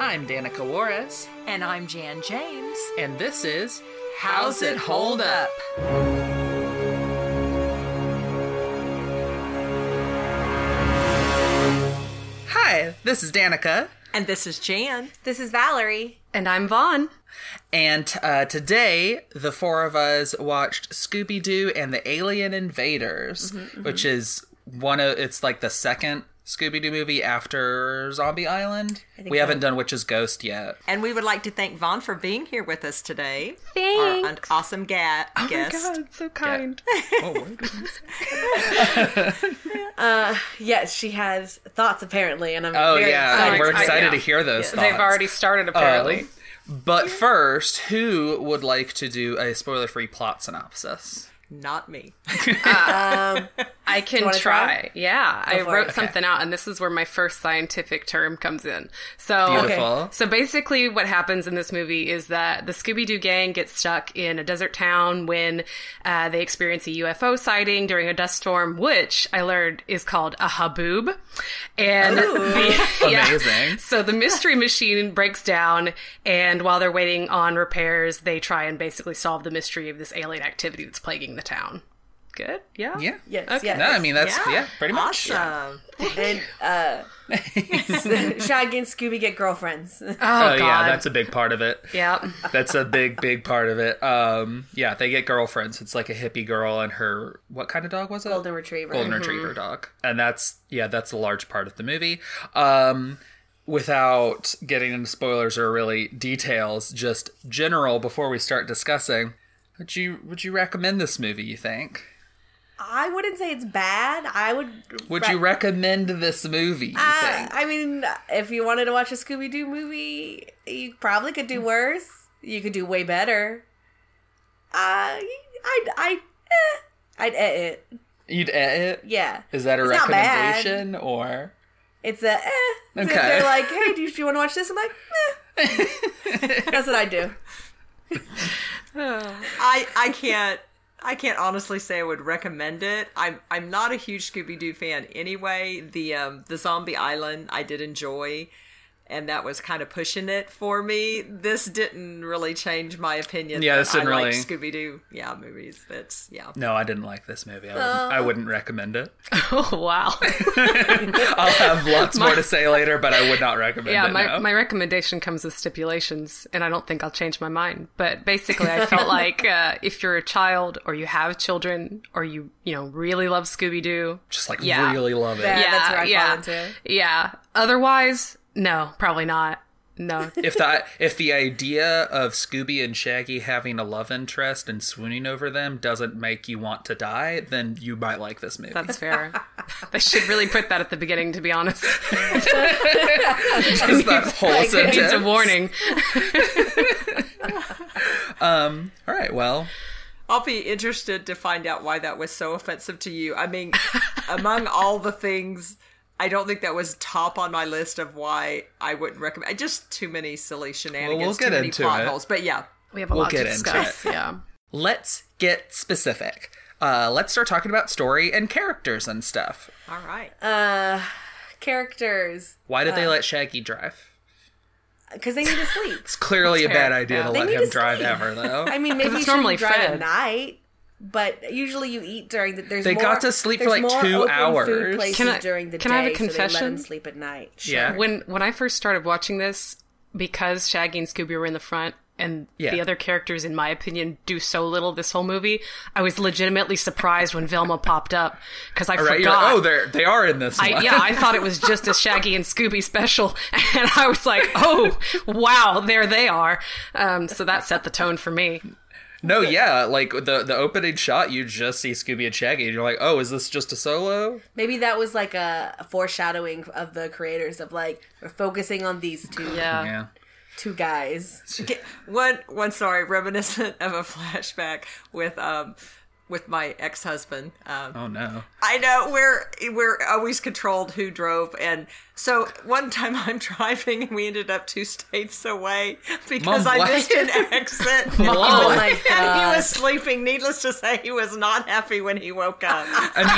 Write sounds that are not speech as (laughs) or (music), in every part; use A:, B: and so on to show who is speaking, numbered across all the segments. A: I'm Danica Juarez,
B: And I'm Jan James.
A: and this is How's It Hold Up? Hi, this is Danica,
B: And this is Jan.
C: This is Valerie.
D: And I'm Vaughn.
A: and uh, today the four of us watched Scooby Doo and the Alien Invaders, which is one of it's like the second Scooby Doo movie after Zombie Island. We haven't done Witch's Ghost yet.
B: And we would like to thank Vaughn for being here with us today. Our un-
D: Thanks.
B: awesome ga- guest.
D: so kind.
A: Oh, word.
C: Yes, she has thoughts apparently, and I'm
A: Oh
C: very
A: yeah,
C: excited.
A: we're
C: to-
A: excited to hear those. Thoughts.
E: They've already started, Oh. apparently.
A: But first, who would like to do a spoiler free plot synopsis?
B: Not me.
E: I can
C: wanna
E: try.
C: try?
E: Yeah,
C: for
E: I
C: it.
E: wrote something out, and this is where my first scientific term comes in. So,
A: Beautiful. Okay.
E: so basically, what happens in this movie is that the Scooby Doo gang gets stuck in a desert town when uh, they experience a UFO sighting during a dust storm, which I learned is called a haboob. And the, (laughs) yeah.
A: Amazing.
E: So the
C: (laughs)
E: mystery machine breaks down, and while they're waiting on repairs, they try and basically solve the mystery of this alien activity that's plaguing the town. Good. Yeah.
A: Yeah.
C: Yes,
E: Okay.
C: yes.
A: No, I mean that's yeah, pretty much.
B: Awesome.
A: Yeah. (laughs)
C: And uh, Shaggy and Scooby get girlfriends. (laughs)
E: Oh, God.
A: yeah, that's a big part of it.
E: yeah.
A: That's a big, big part of it. Um, yeah, they get girlfriends. It's like a hippie girl and her what kind of dog was it?
C: Golden retriever.
A: golden retriever dog and that's yeah that's a large part of the movie um without getting into spoilers or really details just general before we start discussing would you would you recommend this movie you think
C: I wouldn't say it's bad. I would.
A: would you recommend this movie you
C: Uh,
A: think
C: I mean, if you wanted to watch a Scooby Doo movie, you probably could do worse. You could do way better. Uh, I'd, I'd, eh, I'd eh it.
A: you'd edit it?
C: Yeah.
A: is that a
C: It's not bad.
A: recommendation or
C: It's a eh. They're-
A: Okay.
C: They're like, hey, do you, do you want to watch this? I'm like,
A: (laughs)
C: eh. That's what I do.
B: I, I can't. I can't honestly say I would recommend it. I'm I'm not a huge Scooby Doo fan anyway. The um, the Zombie Island I did enjoy, and that was kind of pushing it for me. This didn't really change my opinion.
A: Yeah,
B: that
A: this didn't
B: I
A: really-
B: Scooby Doo. Yeah, movies. That's yeah.
A: no i didn't like this movie i
E: Uh,
A: wouldn't, I wouldn't recommend it
E: Oh
C: (laughs)
E: wow.
A: i'll have lots more to say later but i would not recommend
E: Yeah,
A: it
E: my,
A: no.
E: my recommendation comes with stipulations, and I don't think I'll change my mind. But basically, I
C: (laughs)
E: felt like uh, if you're a child or you have children or you you know really love Scooby Doo,
A: just like
E: Yeah.
A: really love it
C: Yeah,
E: yeah,
C: that's where I fall
E: yeah,
C: into.
E: yeah. Otherwise, no, probably not. No,
A: if the if the idea of Scooby and Shaggy having a love interest and swooning over them doesn't make you want to die, then you might like this movie. (laughs)
E: that's fair. (laughs) they should really put that at the beginning, to be honest.
A: Just that whole
E: it needs a
A: sentence.
E: warning.
A: All right, well,
B: I'll be interested to find out why that was so offensive to you.
A: (laughs)
B: I mean, among all the things, I don't think that was top on my list of why I wouldn't recommend. Just too many silly shenanigans,
A: Well, we'll get
B: too many
A: into
B: plot
A: it.
B: holes. But yeah,
E: We have a
A: We'll
E: lot
A: get
E: to
A: into
E: discuss. Yeah.
A: let's get specific. Uh, let's start talking about story and characters and stuff.
B: all right.
C: Uh, (sighs) characters.
A: Why did they let Shaggy drive?
C: Because they need to
A: (laughs)
C: sleep.
A: It's clearly a bad idea to
C: They
A: let
C: need
A: him
C: to
A: drive
C: sleep.
A: ever, though.
C: (laughs) I
E: (laughs)
C: mean, maybe
E: it's
C: you normally
E: normally
C: drive
E: fed.
C: at night, but usually you eat during the. There's
A: They
C: more,
A: got to sleep for
C: there's
A: like
C: more
A: two
C: open
A: hours.
C: Food places
E: Can I-
C: during the
E: can
C: day,
E: I have a
C: So they let
E: confession?
C: them sleep at night.
A: yeah,
E: When when I first started watching this, because Shaggy and Scooby were in the front and
A: Yeah.
E: the other characters, in my opinion, do so little this whole movie, I was legitimately surprised when Velma popped up because I
A: All right, you're
E: forgot.
A: like, oh, they're they are in this.
E: I,
A: one.
E: yeah, I thought it was just a Shaggy and Scooby special, (laughs) and I was like, "Oh, wow, there they are." Um, so that set the tone for me.
A: No, yeah, like the the opening shot, you just see Scooby and Shaggy, and you're like, oh, is this just a solo?
C: Maybe that was like a, a foreshadowing of the creators of like we're focusing on these two
E: Yeah,
A: Yeah.
C: two guys.
B: Get- one one sorry reminiscent of a (laughs) flashback with um with my ex husband. Um,
A: Oh no.
B: I know we're we're always controlled who drove, and So one time I'm driving and we ended up two states away because
A: Mom, what?
B: I missed an
A: (laughs)
B: exit. and he
A: Oh
B: was-
C: my
B: (laughs) and he
C: God.
B: was sleeping. Needless to say, he was not happy when he
A: (laughs)
B: woke up.
A: I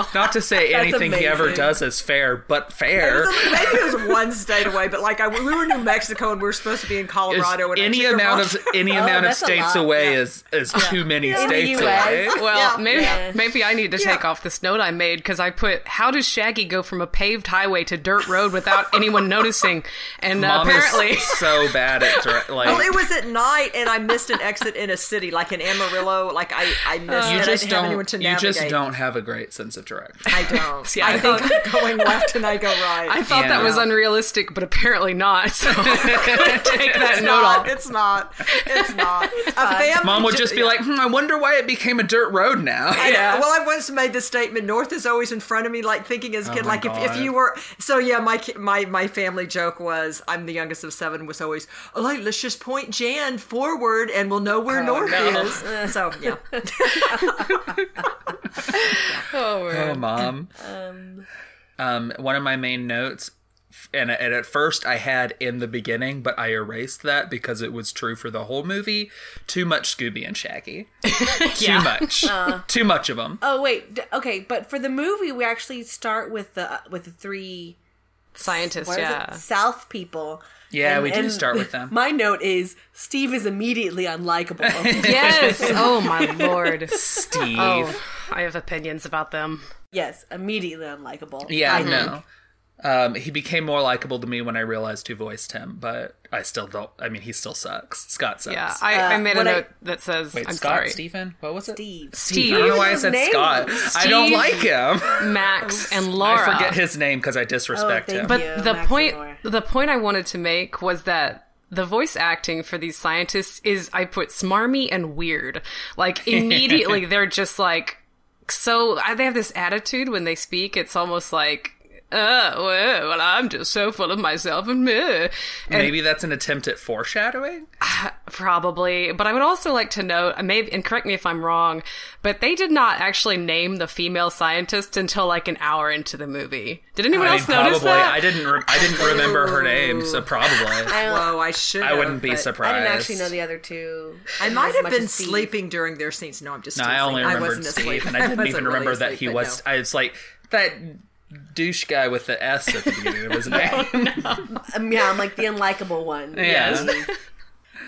A: mean, not to say anything he ever
C: amazing.
A: does is fair, but
B: It
A: fair.
B: was only- Maybe it was one state away, but like I, we were in New Mexico and we are supposed to be in
A: Is
B: Colorado. And I
A: any
B: took a
A: amount
B: wrong-
A: of any amount of
C: that's a
A: states
C: lot,
A: away
B: yeah.
A: is is too many
C: the
A: states
C: US.
A: away.
E: Well,
B: Yeah.
E: maybe
C: Yeah.
E: maybe I need to take off this note I made because I put how does Shaggy go from a paved highway to dirt road without anyone noticing? And uh,
A: Mom
E: apparently,
A: is so bad at direct, like
B: (laughs) Well, it was at night, and I missed an exit in a city, like in Amarillo. Like I, I missed. and
A: you
B: I
A: just
B: didn't have anyone
A: don't
B: to
A: you
B: navigate.
A: just don't have a great sense of direction.
B: I
A: (laughs)
B: don't.
E: See, I
B: I,
E: think-
B: think going left and I go right.
E: I thought that
A: Yeah.
E: was unrealistic, but apparently not.
A: (laughs)
E: So I'm gonna take that
B: it's
E: note
B: not.
E: off.
B: It's not. It's not. A family
A: Mom would just be like, hmm, I wonder why it became a dirt road now. (laughs)
E: Yeah.
B: Well, I once made the statement, "North is always in front of me." Like thinking as a kid,
A: Oh my
B: like if, if
A: God.
B: you were so yeah. My ki- my my family joke was, "I'm the youngest of seven, Was always oh, like let's just point Jan forward, and we'll know where North
E: no.
C: (laughs)
B: is. So yeah,
E: Oh,
A: Oh, mom. Um, one of my main notes, f- and, and at first I had in the beginning, but I erased that because it was true for the whole movie. Too much Scooby and
E: (laughs)
A: Shaggy. Too much.
E: Uh.
A: Too much of them.
C: Oh wait, d- okay, but for the movie, we actually start with the with the three
E: Scientist,
C: what is it?
E: yeah.
C: South people.
A: Yeah,
C: And-
A: we do
C: and
A: start with them.
C: (laughs) My note is Steve is immediately unlikable.
A: (laughs)
E: (laughs) Yes. Oh my lord.
A: Steve.
E: Oh, I have opinions about them.
C: yes, immediately unlikable.
A: Yeah,
C: I
A: I
E: Mm-hmm.
A: know. Um, he became more likable to me when I realized who voiced him, but I still don't. I mean, he still sucks. Scott sucks.
E: Yeah, I, I made a
C: what I-
E: note that says
A: Wait,
E: I'm
A: Scott,
E: sorry,
A: Stephen? What was it?
C: Steve.
A: I don't know
E: Steve,
A: why I
C: His
A: said
C: name.
A: Scott. I don't
E: Steve.
A: like
C: (laughs)
A: him.
E: Max, and Laura.
A: I forget his name because I disrespect
C: Oh, thank
A: him.
E: But
C: Yeah,
E: the
C: Max and
E: point
C: Laura.
E: the point I wanted to make was that the voice acting for these scientists is I put smarmy and weird.
C: (laughs)
E: Like immediately they're just like so I- they have this attitude when they speak. It's almost like uh, well, well, I'm just so full of myself and meh. And
A: Maybe that's an attempt at foreshadowing.
E: probably, but I would also like to note, uh, maybe, and correct me if I'm wrong, but they did not actually name the female scientist until like an hour into the movie. Did anyone
A: I mean,
E: else notice
A: probably.
E: that?
A: I didn't. Re- I didn't remember her name, so probably.
C: I, don't-
B: whoa, I should.
A: I wouldn't be
C: I
A: surprised.
C: didn't actually know the other two.
B: I
C: as
B: might have
C: much
B: been
C: as Steve.
B: sleeping during their scenes. No, I'm just.
A: No, I
B: teasing.
A: only remembered
B: wasn't asleep.
C: (laughs)
A: Steve, and
B: (laughs)
A: I didn't
B: wasn't
A: even
B: really
A: remember that he
B: asleep, but
A: was.
B: no.
A: I was like that douche guy with the S at the
C: (laughs)
A: beginning of his name.
C: Um, yeah, I'm like the unlikable one.
A: (laughs) Yeah.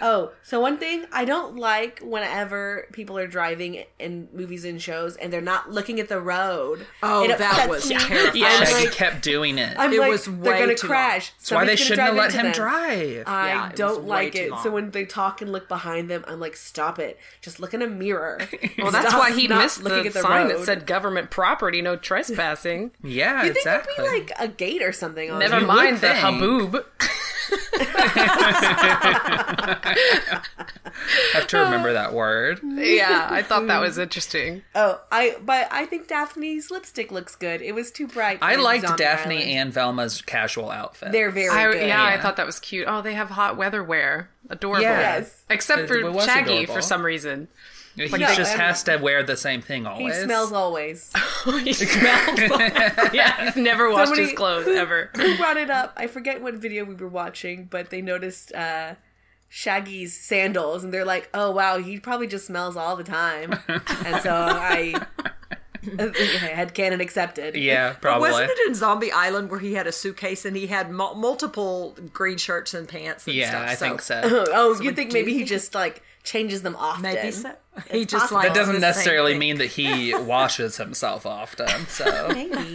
C: Oh, so one thing I don't like whenever people are driving in movies and shows and they're not looking at the road.
B: Oh,
C: It
B: that
C: upsets
B: was
C: me.
B: terrifying.
E: Yeah.
C: I'm
A: Shaggy
C: like,
A: kept doing it.
C: I'm
B: It
C: like
B: was
C: they're
B: way
C: gonna
B: too
C: crash.
A: That's why they
C: Somebody's gonna
A: shouldn't have
C: drive
A: let
C: into
A: him drive.
C: them. Um, I
B: Yeah, it was
C: don't
B: way
C: like
B: too
C: it.
B: long.
C: So when they talk and look behind them, I'm like, stop it. Just look in a mirror.
E: (laughs) Well, that's
C: Stop
E: why he
C: not
E: missed the, sign that said government property,
A: (laughs)
E: no trespassing.
A: yeah,
C: You think
A: exactly.
C: there'd be like a gate or something? On
E: Never
C: it.
A: would
E: mind the
A: think.
E: haboob.
A: I have to
C: uh,
A: remember that word.
E: yeah, I thought that was interesting.
C: Oh, I but I think Daphne's lipstick looks good. It was too bright.
A: I
C: in
A: liked
C: Zombie
A: Daphne
C: Island.
A: and Velma's casual outfit.
C: They're very
E: (laughs) I,
C: good.
E: yeah, I thought that was cute. Oh, they have hot weather wear. Adorable.
A: Yeah.
C: Yes.
E: Except
A: It
E: for
A: was
E: Shaggy
A: adorable.
E: for some
A: (laughs)
E: reason. (laughs)
A: He
C: no,
A: just
C: I'm-
A: has to wear the same thing
C: He
A: always.
C: smells
E: (laughs)
C: always.
E: he smells
A: (laughs)
E: like- (laughs) yeah, he's never washed
C: Somebody-
E: his clothes ever.
C: Who brought it up? I forget what video we were watching, but they noticed uh, Shaggy's sandals, and they're like, "Oh wow, he probably just smells all the
E: (laughs)
C: time." and so I, had canon accepted.
A: Yeah, probably.
B: Wasn't it in Zombie Island where he had a suitcase and he had mul multiple green shirts and pants and
A: yeah,
B: stuff?
A: I think so.
C: (laughs) Oh, you think maybe he just like changes them often?
B: Maybe so. (laughs) He
C: It's
B: just
C: possible.
B: like
C: That
A: It doesn't necessarily mean that he washes himself often, so
C: Maybe.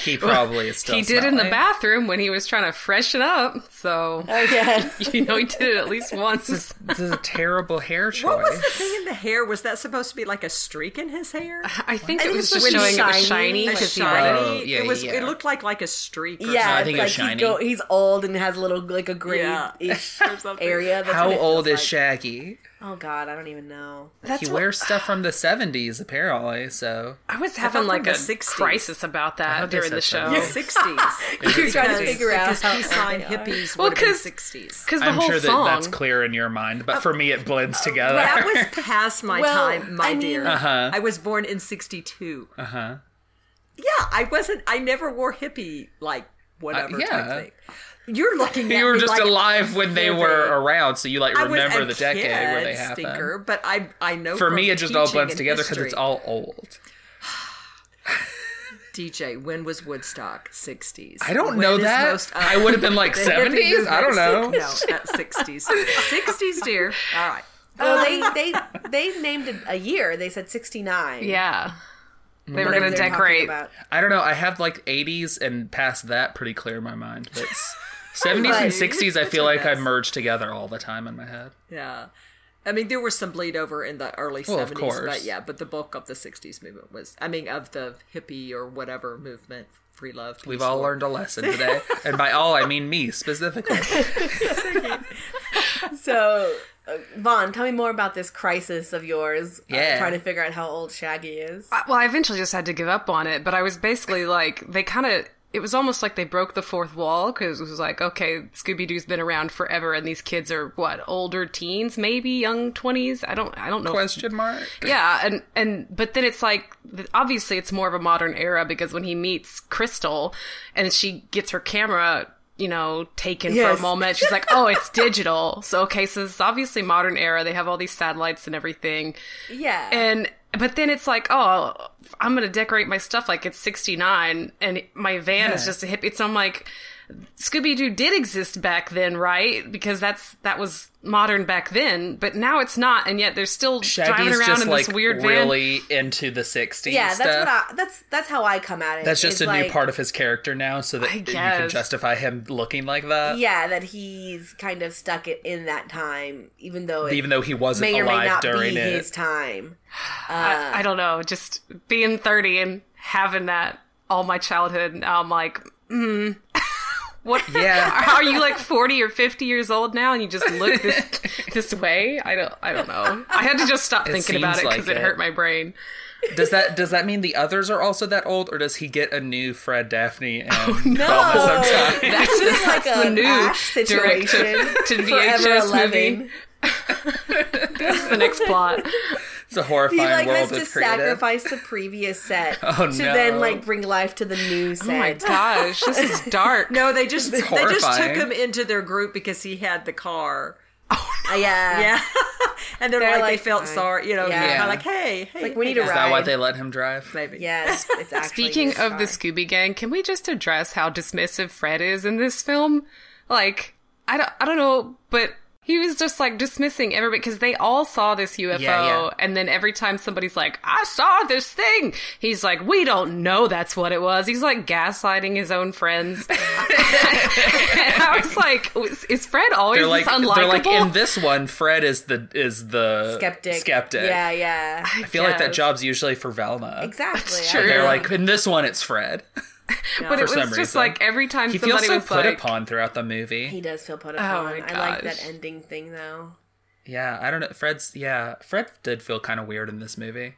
A: he probably is still.
E: He did in the
A: smelly.
E: bathroom when he was trying to freshen up. So, (laughs)
C: Oh yes.
E: you know, he did it at least once.
A: This is a terrible hair choice.
B: What was the thing in the hair? Was that supposed to be like a streak in his hair?
E: I think it
C: think
E: was
C: it was
E: just showing it
C: shiny,
E: was
B: A
E: shiny.
C: like
E: 'cause he
A: shiny.
E: had-
A: Oh, yeah,
B: it was.
A: yeah, yeah.
B: It looked like like a streak. Or
C: Yeah,
A: I
C: it's
A: think it
C: like
A: was
C: he's,
A: shiny.
C: go- he's old and has a little like a grayish
B: Yeah. Or something.
C: area. That's
A: How
C: what it
A: old is
C: feels like.
A: Shaggy?
C: Oh god, I don't even know.
A: he wears stuff from the seventies, apparently. So
E: I was
B: thought
E: having
B: from
E: like
B: the
E: a
B: 60s.
E: crisis about
A: thought
E: that
A: they
E: during the
A: said
E: show.
A: so.
B: Sixties.
C: You're (laughs) trying to figure out how
B: peace sign
C: old they are.
B: hippies.
E: Well,
B: would have been
E: 'cause-
B: sixties.
E: Because the
A: I'm
E: whole
A: sure that
E: song.
A: that's clear in your mind, but for me, it blends together.
B: That was past my
C: Well,
B: time, my
C: I mean-
B: dear.
A: Uh-huh.
B: I was born in '62. Uh huh. Yeah, I wasn't. I never wore hippie like whatever
A: yeah.
B: type thing. You're looking.
A: You
B: at
A: were
B: me
A: just
B: like
A: alive when they
B: vivid.
A: were around, so you like
B: I was
A: remember
B: a
A: the decade where
B: kid,
A: they happened.
B: Stinker, but I I know
A: For
B: from
A: me, it just all
B: teaching
A: blends
B: and
A: together because it's
B: history.
A: all old.
B: DJ. When was Woodstock? Sixties.
A: I don't know that.
B: uh,
A: I would have been
B: (laughs)
A: like 70s? I don't know.
B: No, not sixties. Sixties, dear. All right.
C: Oh, they they they named a, a year. They said sixty nine.
E: Yeah. They were
C: Mm-hmm. Whatever
E: going to
C: they're talking
E: decorate.
C: about.
A: I don't know. I have like 80s and past that pretty clear in my mind. But it's 70s and
C: Right.
A: 60s, I feel
B: That's
A: like I
B: nice.
A: merged together all the time in my head.
B: Yeah. I mean, there was some bleed over in the early
A: Well, of
B: 70s,
A: course.
B: but yeah, but the bulk of the 60s movement was, I mean, of the hippie or whatever movement, free love.
A: We've
B: peace,
A: all
B: love.
A: learned a lesson today. and by all, I mean me specifically.
C: So, uh, Vaughn, tell me more about this crisis of yours. uh,
A: Yeah.
C: trying to figure out how old Shaggy is.
E: Well, I eventually just had to give up on it, but I was basically like, they kind of. It was almost like they broke the fourth wall because it was like, okay, Scooby Doo's been around forever, and these kids are what older teens, maybe young twenties. I don't, I don't know.
A: Question mark?
E: Yeah, and and but then it's like obviously it's more of a modern era because when he meets Crystal and she gets her camera, you know, taken for
C: Yes.
E: a moment, she's like, "Oh, it's digital." So okay, so this is obviously modern era. They have all these satellites and everything.
C: Yeah.
E: And but then it's like, "Oh, I'm going to decorate my stuff like it's 69 and my van is
A: Yeah.
E: just a hip." It's I'm like Scooby Doo did exist back then, right? Because that's that was modern back then, but now it's not, and yet they're still driving
A: Shaggy's
E: around
A: just
E: in
A: like
E: this weird van.
A: really into the 60s
C: yeah, that's
A: stuff.
C: what I, that's that's how I come at it.
A: that's just
C: is
A: a new
C: like-
A: part of his character now, so that
E: I
A: you can
E: guess.
A: justify him looking like that,
C: Yeah, that he's kind of stuck it in that time, even though it
A: even though he wasn't
C: may or may
A: alive
C: not
A: during
C: be
A: it.
C: his time.
E: I, I don't know, just being 30 and having that all my childhood, now I'm like, mm. (laughs) What?
A: Yeah.
E: Are you like forty or fifty years old now, and you just look this (laughs) this way? I don't. I don't know. I had to just stop thinking about it
A: seems
E: because
A: like
E: it
A: it.
E: hurt my brain.
A: (laughs) Does that does that mean the others are also that old, or does he get a new Fred Daphne
C: (laughs)
A: and
C: Oh, No, (laughs) this is Oh, like
E: That's
C: a
E: the new
C: Ash
E: director
C: situation.
E: to
C: (laughs) Forever
E: VHS movie.
C: Eleven.
E: That's the next plot.
A: (laughs) It's a
C: He
A: horrifying
C: like
A: world
C: has to
A: we've created.
C: sacrifice the previous set
A: (laughs) Oh, no.
C: to then like bring life to the new set.
E: Oh my gosh, this is dark.
B: No,
A: (laughs)
B: they just they just took
A: horrifying.
B: him into their group because he had the car.
C: Uh, (laughs) yeah.
B: Yeah, and they're,
C: They're
B: like,
C: like,
B: they felt
C: fine.
B: sorry, you know,
C: Yeah.
B: yeah. like hey, hey,
C: like, we
B: hey,
C: need a
B: guys,
A: Is that why
C: ride.
A: they let him drive?
B: maybe.
C: Yes, it's actually
E: Speaking
C: his
E: of the
C: song.
E: Scooby Gang, can we just address how dismissive Fred is in this film? Like, I don't, I don't know, but he was just like dismissing everybody because they all saw this UFO,
A: yeah.
E: and then every time somebody's like, "I saw this thing," he's like, "We don't know that's what it was." He's like gaslighting his own friends. (laughs) and I was like, "Is- "Is Fred always
A: They're like
E: this unlikable?"
A: they're like in this one, Fred is the is the
C: skeptic.
A: Skeptic.
C: Yeah, yeah.
A: I feel like that
E: guess.
A: job's usually for Velma.
C: Exactly.
E: That's
C: I
E: true.
C: agree.
A: They're like in this one, it's Fred.
E: but it was
A: some
E: just
A: reason.
E: like every time
A: He feels
E: somebody
A: so
E: was
A: put
E: like,
A: upon throughout the movie.
C: He does feel put
E: Oh
C: upon.
E: my
C: I like that
E: gosh.
C: ending thing though.
A: yeah, I don't know. Fred's yeah, Fred did feel kind of weird in this movie,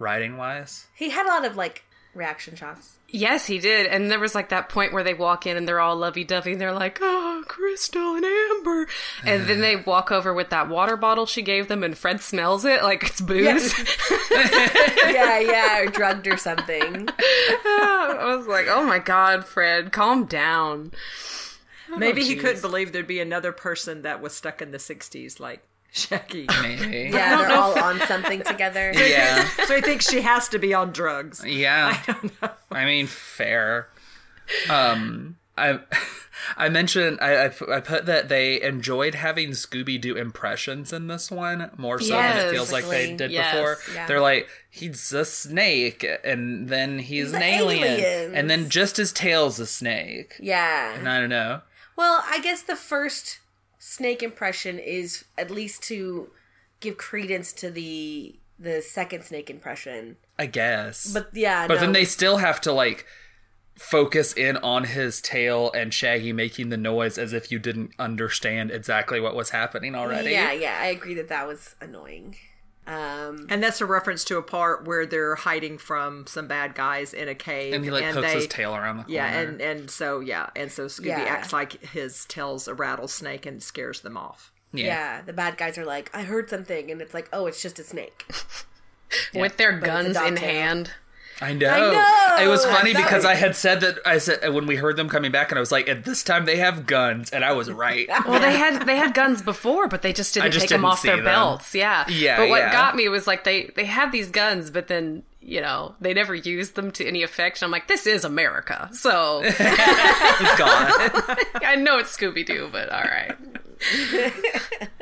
A: writing wise.
C: He had a lot of like reaction shots.
E: Yes, he did. And there was like that point where they walk in and they're all lovey dovey and they're like, oh, Crystal and Amber. And then they walk over with that water bottle she gave them and Fred smells it like it's booze.
C: yeah, yeah, or drugged
A: (laughs)
C: or something.
E: (laughs) I was like, oh my God, Fred, calm down.
B: Maybe he
C: Oh,
E: jeez.
B: couldn't believe there'd be another person that was stuck in the '60s, like (laughs)
A: (laughs)
B: Shaggy.
A: Maybe.
C: Yeah, they're
E: know.
C: all on something together.
A: (laughs) Yeah.
B: so he thinks she has to be on drugs.
A: Yeah. I mean, fair. Um, I (laughs) I mentioned I I pu- I put that they enjoyed having Scooby Doo impressions in this one more so than
E: Yes.
A: it feels like they
C: Basically,
A: did
E: yes.
A: before.
C: Yeah.
A: They're like he's a snake, and then he's, an
C: an
A: alien,
C: alien.
A: and then just his tail's a snake. And
C: Yeah.
A: I don't know.
C: Well, I guess the first snake impression is at least to give credence to the the second snake impression.
A: I guess.
C: But yeah,
A: But
C: no.
A: then they still have to like focus in on his tail and Shaggy making the noise as if you didn't understand exactly what was happening already.
C: Yeah, yeah, I agree that that was annoying. Um,
B: And that's a reference to a part where they're hiding from some bad guys in a cave,
A: And he like pokes
B: they,
A: his tail around the corner.
B: Yeah, and and so yeah, and so Scooby
C: Yeah.
B: acts like his tail's a rattlesnake and scares them off.
A: yeah.
C: yeah, the bad guys are like,
A: (laughs)
C: I heard something, and it's like, oh, it's just a snake.
E: With their
C: a
E: guns
C: dog
E: in
C: tail.
E: hand.
A: I know.
C: know.
A: It was funny
C: That
A: because
C: was-
A: I had said that I said when we heard them coming back, and I was like, "At this time, they have guns," and I was right.
E: Well, they had they had guns before, but they just didn't
A: just
E: take them
A: didn't
E: off their
A: see them.
E: belts. Yeah,
A: Yeah,
E: But what
A: yeah.
E: got me was like they they had these guns, but then you know they never used them to any effect. And I'm like, this is America,
A: (laughs)
E: so
A: Gone.
E: I know it's Scooby Doo, but all right.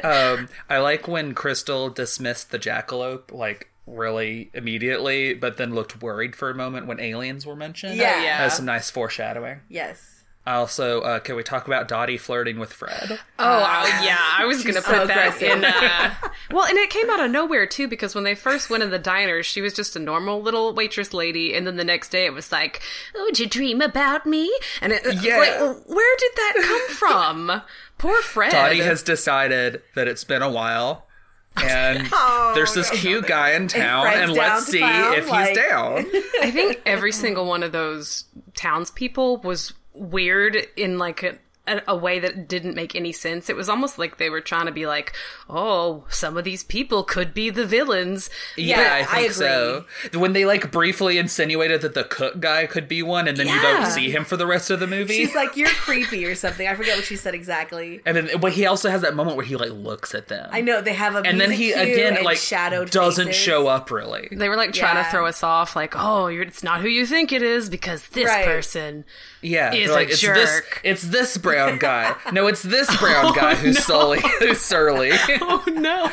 A: Um, I like when Crystal dismissed the jackalope like really immediately, but then looked worried for a moment when aliens were mentioned.
C: Yeah.
E: yeah.
A: That was some nice foreshadowing.
C: Yes.
A: I also uh, can we talk about Dottie flirting with Fred?
E: Oh I- yeah, I was gonna put
C: so
E: that
C: aggressive.
E: in. Uh, (laughs) well, and it came out of nowhere too, because when they first went in the diner, she was just a normal little waitress lady, and then the next day it was like, "Oh, did you dream about me?" And it, it's
A: Yeah.
E: like, well, where did that (laughs) come from? Poor Fred.
A: Dottie has decided that it's been a while.
C: (laughs)
A: And there's this cute guy in town,
C: Oh, Fred's
A: and,
C: down
A: let's
C: to
A: see
C: clown,
A: if
C: like-
A: he's
C: (laughs)
A: down.
E: I think every single one of those townspeople was weird in like a, a, a way that didn't make any sense. It was almost like they were trying to be like, oh, some of these people could be the villains.
A: Yeah, I
C: I
A: think so. When they like briefly insinuated that the cook guy could be one, and then you
E: Yeah.
A: don't see him for the rest of the movie.
C: She's like, you're creepy or something. I forget what she said exactly.
A: and then, but he also has that moment where he like looks at them.
C: I know they have a
A: And then he again like
C: shadowed
A: doesn't
C: faces.
A: show up really.
E: They were like trying to
C: Yeah.
E: throw us off, like, oh, you're, it's not who you think it is because this
C: Right.
E: person.
A: Yeah,
E: He's
A: they're like
E: a
A: it's
E: jerk."
A: this it's this brown
E: (laughs)
A: guy. No, it's this brown guy who's sully who's surly.
E: Oh, no.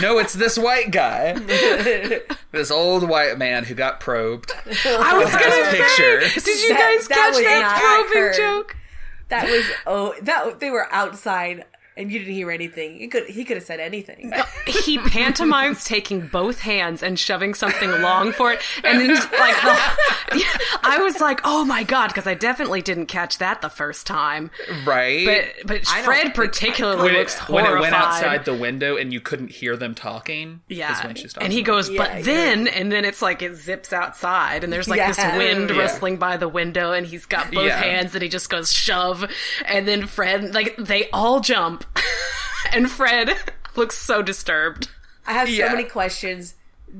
A: No, it's this white
E: (laughs)
A: guy. this old white man who got probed.
E: I was going
A: Best
E: to say,
A: picture.
E: did you
C: That-
E: guys
C: that
E: catch
C: was not
E: that probing
C: her.
E: joke?
C: That was oh that they were outside and you didn't hear anything. He could he could have said anything.
E: he pantomimes taking both hands and shoving something long for it and then just, like the, (laughs) i was like oh my god because i definitely didn't catch that the first time
A: Right?
E: but but
B: don't
E: fred
B: think-
E: particularly
A: when it,
E: looks
A: when
E: horrified
A: it went outside the window and you couldn't hear them talking, is
E: yeah
A: when she stopped.
E: and he goes
C: Yeah,
E: but
C: yeah.
E: then and then it's like it zips outside and there's like this
C: Yeah.
E: wind
A: Yeah.
E: rustling by the window and he's got both
A: Yeah.
E: hands and he just goes shove and then fred like they all jump (laughs) and fred (laughs) looks so disturbed
C: I have so
A: Yeah.
C: many questions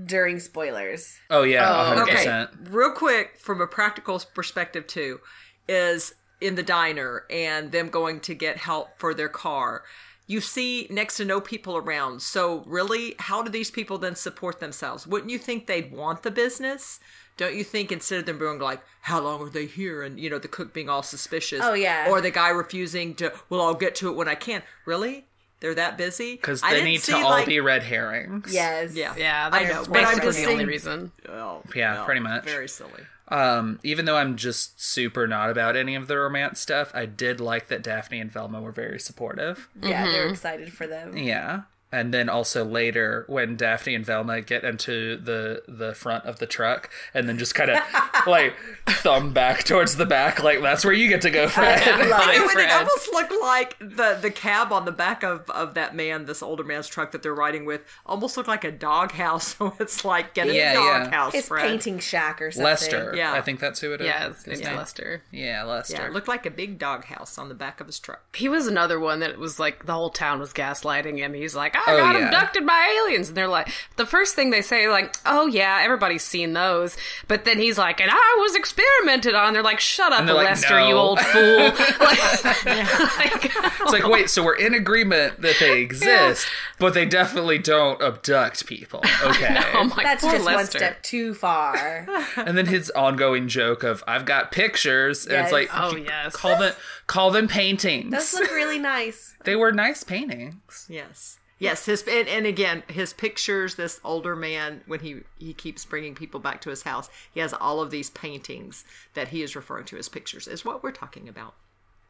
C: during spoilers.
A: Oh yeah,
E: Oh,
A: hundred
E: okay.
A: percent.
B: real quick from a practical perspective too is in the diner and them going to get help for their car you see next to no people around so really how do these people then support themselves wouldn't you think they'd want the business don't you think instead of them being like how long are they here and you know the cook being all suspicious
C: Oh, yeah.
B: or the guy refusing to well i'll get to it when i can really they're that busy
A: Because
B: I
A: they
B: didn't
A: need
B: see,
A: to all
B: like-
A: be red herrings.
C: Yes.
B: yeah
E: yeah
B: i
E: that's
B: know but
E: basically
B: i'm just
E: the
B: saying
E: only reason
B: oh,
A: Yeah,
B: no,
A: pretty much.
B: very silly
A: Um, even though I'm just super not about any of the romance stuff, I did like that Daphne and Velma were very supportive.
C: Yeah, they
A: Mm-hmm.
C: were excited for them.
A: Yeah. And then also later when Daphne and Velma get into the the front of the truck and then just kind of like thumb back towards the back, like that's where you get to go,
C: (laughs)
A: Fred. (laughs)
C: Love
B: I
C: it.
B: mean,
E: Fred.
B: it almost looked like the the cab on the back of of that man, this older man's truck that they're riding with, almost looked like a doghouse. (laughs) So it's like get in
A: Yeah,
B: a
A: yeah.
B: doghouse,
C: His
B: Fred.
C: painting shack or something.
A: Lester,
B: Yeah.
A: I think that's who it is.
E: Yeah, his name's
A: Yeah.
E: Lester.
A: Yeah, Lester.
B: Yeah, it looked like a big doghouse on the back of his truck.
E: He was another one that was like the whole town was gaslighting him. He's like, I
A: Oh,
E: got
A: yeah.
E: abducted by aliens, and they're like, the first thing they say, like, oh yeah, everybody's seen those. But then he's like, and I was experimented on. They're like, shut up,
A: they're like,
E: Lester, you
A: "No." (laughs)
E: old fool. (laughs) like, like, (laughs)
A: It's like, wait, so we're in agreement that they exist, but they definitely don't abduct people. Okay.
E: oh my,
C: That's
E: poor
C: just one
E: Lester.
C: step too far.
A: And then his ongoing joke of I've got pictures, and it's
C: Yes.
A: like
E: Oh, yes.
A: call them call them paintings.
C: Those look
A: (laughs)
C: really nice.
A: they were nice paintings.
B: Yes, yes. His and, and again, his pictures. This older man, when he he keeps bringing people back to his house, he has all of these paintings that he is referring to as pictures. Is what we're talking about.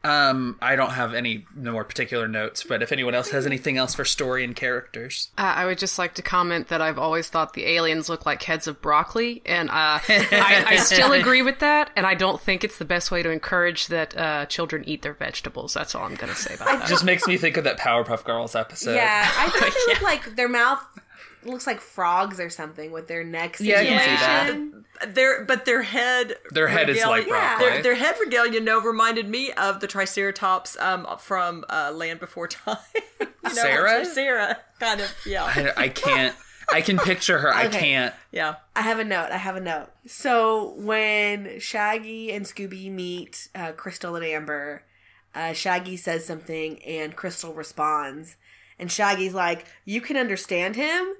A: Um, I don't have any more particular notes, but if anyone else has anything else for story and characters,
E: Uh, I would just like to comment that I've always thought the aliens look like heads of broccoli, and uh, I,
A: (laughs)
E: I still agree with that. And I don't think it's the best way to encourage that uh, children eat their vegetables. That's all I'm going to say about that.
A: it just makes me think of that Powerpuff Girls episode.
C: Uh, Yeah,
A: (laughs)
C: I think they look like their mouth looks like frogs or something with their necks.
A: Yeah, I can see that.
B: Their but their head
A: Their head is like
B: regalia-
A: broccoli.
B: Their, their head regalia no reminded me of the Triceratops um (laughs) from uh, Land Before Time. You know,
A: Sarah?
B: Sarah kind of yeah.
A: I, I can't. I can picture her. I
C: Okay.
A: can't.
B: Yeah.
C: I have a note. I have a note. So when Shaggy and Scooby meet uh, Crystal and Amber, uh, Shaggy says something and Crystal responds. And Shaggy's like, You can understand him?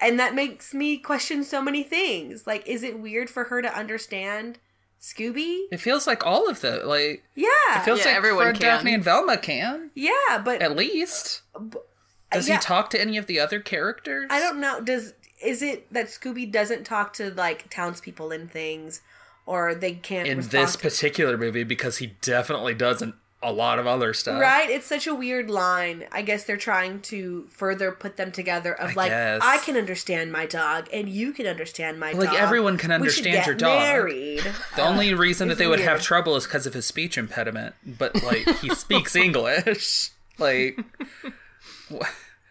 C: And that makes me question so many things. Like, is it weird for her to understand Scooby?
A: It feels like all of the like. It
C: Yeah.
A: feels
E: Yeah,
A: like
E: everyone
A: Fred,
E: can.
A: Daphne, and Velma can
C: Yeah, but
A: at least. Does
C: Uh, yeah.
A: he talk to any of the other characters?
C: I don't know. Does is it that Scooby doesn't talk to like townspeople and things, or they can't
A: in
C: respond
A: this
C: to-
A: particular movie because he definitely doesn't a lot of other stuff.
C: Right, it's such a weird line. I guess they're trying to further put them together of like
A: guess.
C: I can understand my dog and you can understand my
A: Like,
C: dog.
A: everyone can
C: We should
A: understand
C: get
A: your dog.
C: Married.
A: The only reason that
C: it's
A: they would have
C: weird.
A: trouble is because of his speech impediment, but like
C: (laughs)
A: he speaks English. (laughs) Like,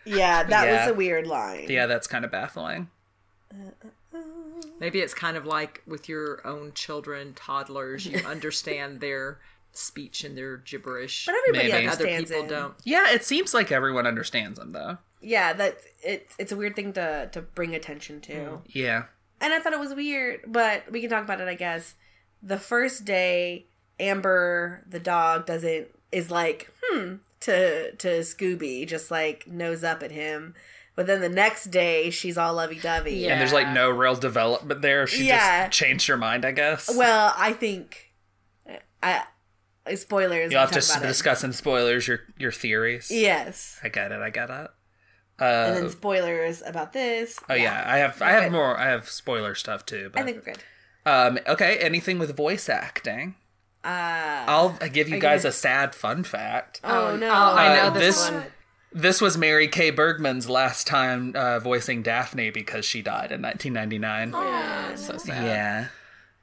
C: Yeah, that
A: Yeah.
C: was a weird line.
A: yeah, that's kind of baffling.
B: Maybe it's kind of like with your own children, toddlers, you understand their speech and their gibberish.
C: But everybody
A: Maybe.
B: other
C: understands
B: people
C: it.
B: don't.
A: Yeah, it seems like everyone understands him though.
C: Yeah, that it, it's a weird thing to to bring attention to.
A: Hmm. Yeah.
C: and I thought it was weird, but we can talk about it, I guess. The first day, Amber, the dog, doesn't is like hmm to to Scooby, just like nose up at him. But then the next day, she's all lovey dovey.
E: Yeah.
A: And there's like no real development there. She
C: Yeah.
A: just changed her mind, I guess.
C: Well, I think I spoilers.
A: You'll
C: we'll
A: have to
C: talk
A: s-
C: about it.
A: discuss in spoilers your your theories.
C: Yes,
A: I get it. I get it.
C: and
A: Uh,
C: then spoilers about this.
A: oh yeah, I have I have
C: Okay.
A: more I have spoiler stuff too. But
C: I think we're good.
A: um, okay, anything with voice acting.
C: Uh,
A: I'll give you
C: you
A: guys
C: gonna-
A: a sad fun fact.
C: oh no,
E: Oh, I know
A: Uh,
E: this,
A: this-
E: one.
A: This was Mary Kay Bergman's last time uh, voicing Daphne because she died in 1999.
E: So sad.
A: Yeah.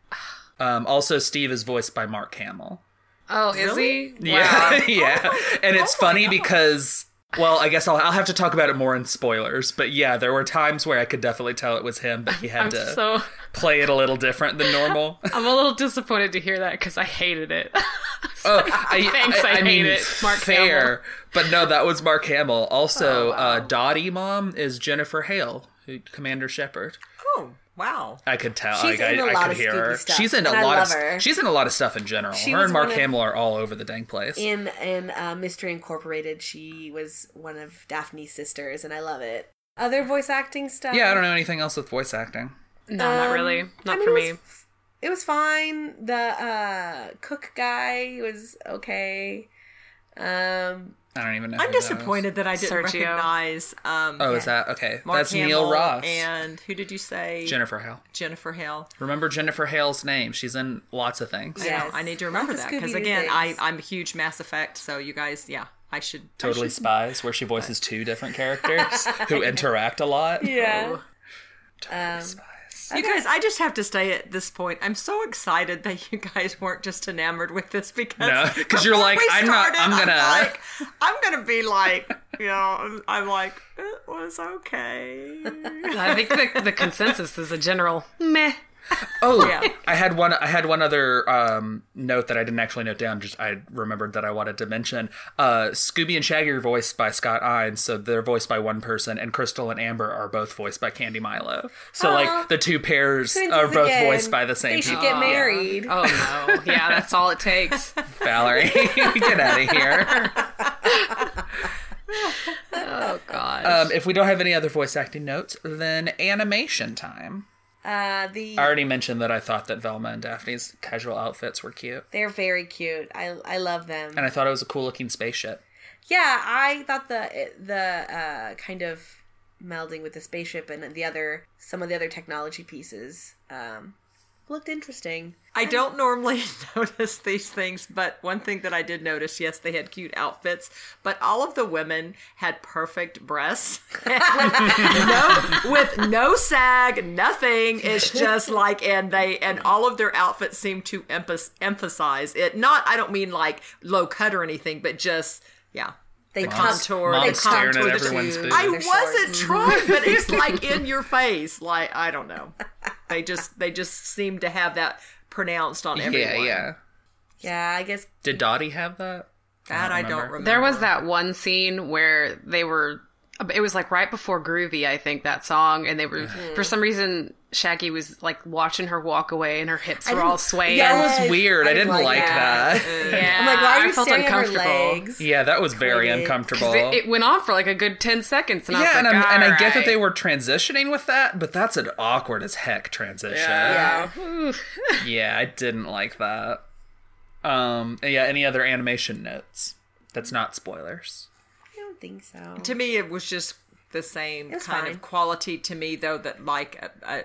A: (sighs) Um, also, Steve is voiced by Mark Hamill.
E: Oh, is he?
A: Yeah,
C: (laughs)
E: Wow.
A: (laughs)
E: Oh,
A: yeah. and it's funny because, well, I guess I'll, I'll have to talk about it more in spoilers. But yeah, there were times where I could definitely tell it was him, but he had
E: I'm
A: to
E: so
A: play it a little different than
E: (laughs)
A: normal. (laughs)
E: I'm a little disappointed to hear that because I hated it. (laughs)
A: Oh, I,
E: Thanks, I hate it. Mark Hamill. Oh,
A: But no, that was Mark Hamill. Also, uh, Dottie Mom is Jennifer Hale, who, Commander Shepard.
B: Oh, wow.
A: I could tell.
C: She's
A: like, I,
C: in a
A: I
C: lot
A: could
C: of
A: hear
C: Scooby
A: her.
C: stuff,
A: She's in a
C: and I
A: lot
C: love
A: of.
C: her.
A: She's in a lot of stuff in general.
C: She
A: her
C: was
A: and Mark
C: one of-
A: Hamill are all over the dang place.
C: in in uh, Mystery Incorporated, she was one of Daphne's sisters, and I love it. Other voice acting stuff.
A: yeah, I don't know anything else with voice acting.
E: No, not
C: Um,
E: really.
C: I
E: Not
C: mean,
E: for
C: it
E: me.
C: was- It was fine. The uh, cook guy was okay. Um,
A: I don't even know.
B: I'm
A: who that is.
B: disappointed that I didn't
E: Sergio.
B: recognize um,
A: Oh, is that okay?
B: Mark
A: That's Neil
B: Hamill
A: Ross.
B: and who did you say?
A: Jennifer Hale.
B: Jennifer Hale.
A: Remember Jennifer Hale's name. She's in lots of things.
C: Yeah. Yes.
B: I need to remember
C: Lots
B: that
C: of
B: because
C: Scooby-Doo
B: again,
C: things.
B: I, I'm a huge Mass Effect, so you guys, yeah, I should I
A: Totally
B: should-
A: Spies, where she
C: (laughs)
A: voices two different characters who interact a lot.
C: yeah.
A: Totally
C: Um,
A: Spies.
B: (laughs) You guys, I just have to say at this point, I'm so excited that you guys weren't just enamored with this because
A: No, 'cause you're
B: before
A: like,
B: we
A: I'm not- I'm gonna-
B: like, I'm gonna be like, you know, I'm like, it was okay.
E: I think the, the consensus is a general (laughs) meh.
A: Oh,
B: Yeah.
A: I had one. I had one other um, note that I didn't actually note down. Just I remembered that I wanted to mention. Uh, Scooby and Shaggy are voiced by Scott Ines, so they're voiced by one person, and Crystal and Amber are both voiced by Candy Milo. So
C: Aw.
A: like the two pairs
C: Twins
A: are
C: is
A: both
C: again.
A: voiced by the same
C: They should
A: people.
C: get married.
E: Oh no. Yeah, that's all it takes.
C: (laughs)
A: Valerie, (laughs) get out of here.
E: (laughs) Oh gosh.
A: Um, if we don't have any other voice acting notes, then animation time.
C: Uh, the
A: I already mentioned that I thought that Velma and Daphne's casual outfits were cute,
C: they're very cute. I I love them.
A: and I thought it was a cool looking spaceship.
C: Yeah, I thought the the uh, kind of melding with the spaceship and the other some of the other technology pieces um, looked interesting.
B: I don't normally (laughs) notice these things, but one thing that I did notice, yes, they had cute outfits, but all of the women had perfect breasts. (laughs) no, with no sag, nothing. It's just like, and they, and all of their outfits seem to emph- emphasize it. Not, I don't mean like low cut or anything, but just, yeah.
C: They
B: contour-
C: They
B: Mom's staring at
C: contour the
A: everyone's
C: tube.
A: boobs.
B: I
A: I
C: They're short.
B: wasn't trying, but it's like in your face. Like, I don't know. They just, they just seem to have that pronounced on everyone.
A: Yeah, yeah.
C: Yeah, I guess
A: Did Dottie have that?
B: That I don't remember.
E: There was that one scene where they were it was like right before Groovy, I think that song, and they were
C: Mm-hmm.
E: for some reason Shaggy was like watching her walk away, and her hips were all
C: didn't-
E: swaying.
C: Yeah,
A: That was weird. I didn't like that.
E: Yeah,
C: I'm like, why are you
E: I felt
C: staring at her
E: uncomfortable.
A: (laughs)
C: legs?
A: Yeah, that was very
C: Quit it.
A: uncomfortable.
E: Uh, 'Cause It, it went on for like a good ten seconds, and I was
A: yeah,
E: like,
A: and, I'm, and I
E: "All
A: get that they
E: right."
A: were transitioning with that, but that's an awkward as heck transition.
E: Yeah.
A: Yeah, I didn't like that. Um, yeah, any other animation notes? That's not spoilers.
C: I don't think so.
B: To me, it was just the same
C: It's
B: kind
C: fine.
B: of quality to me, though, that like a, a,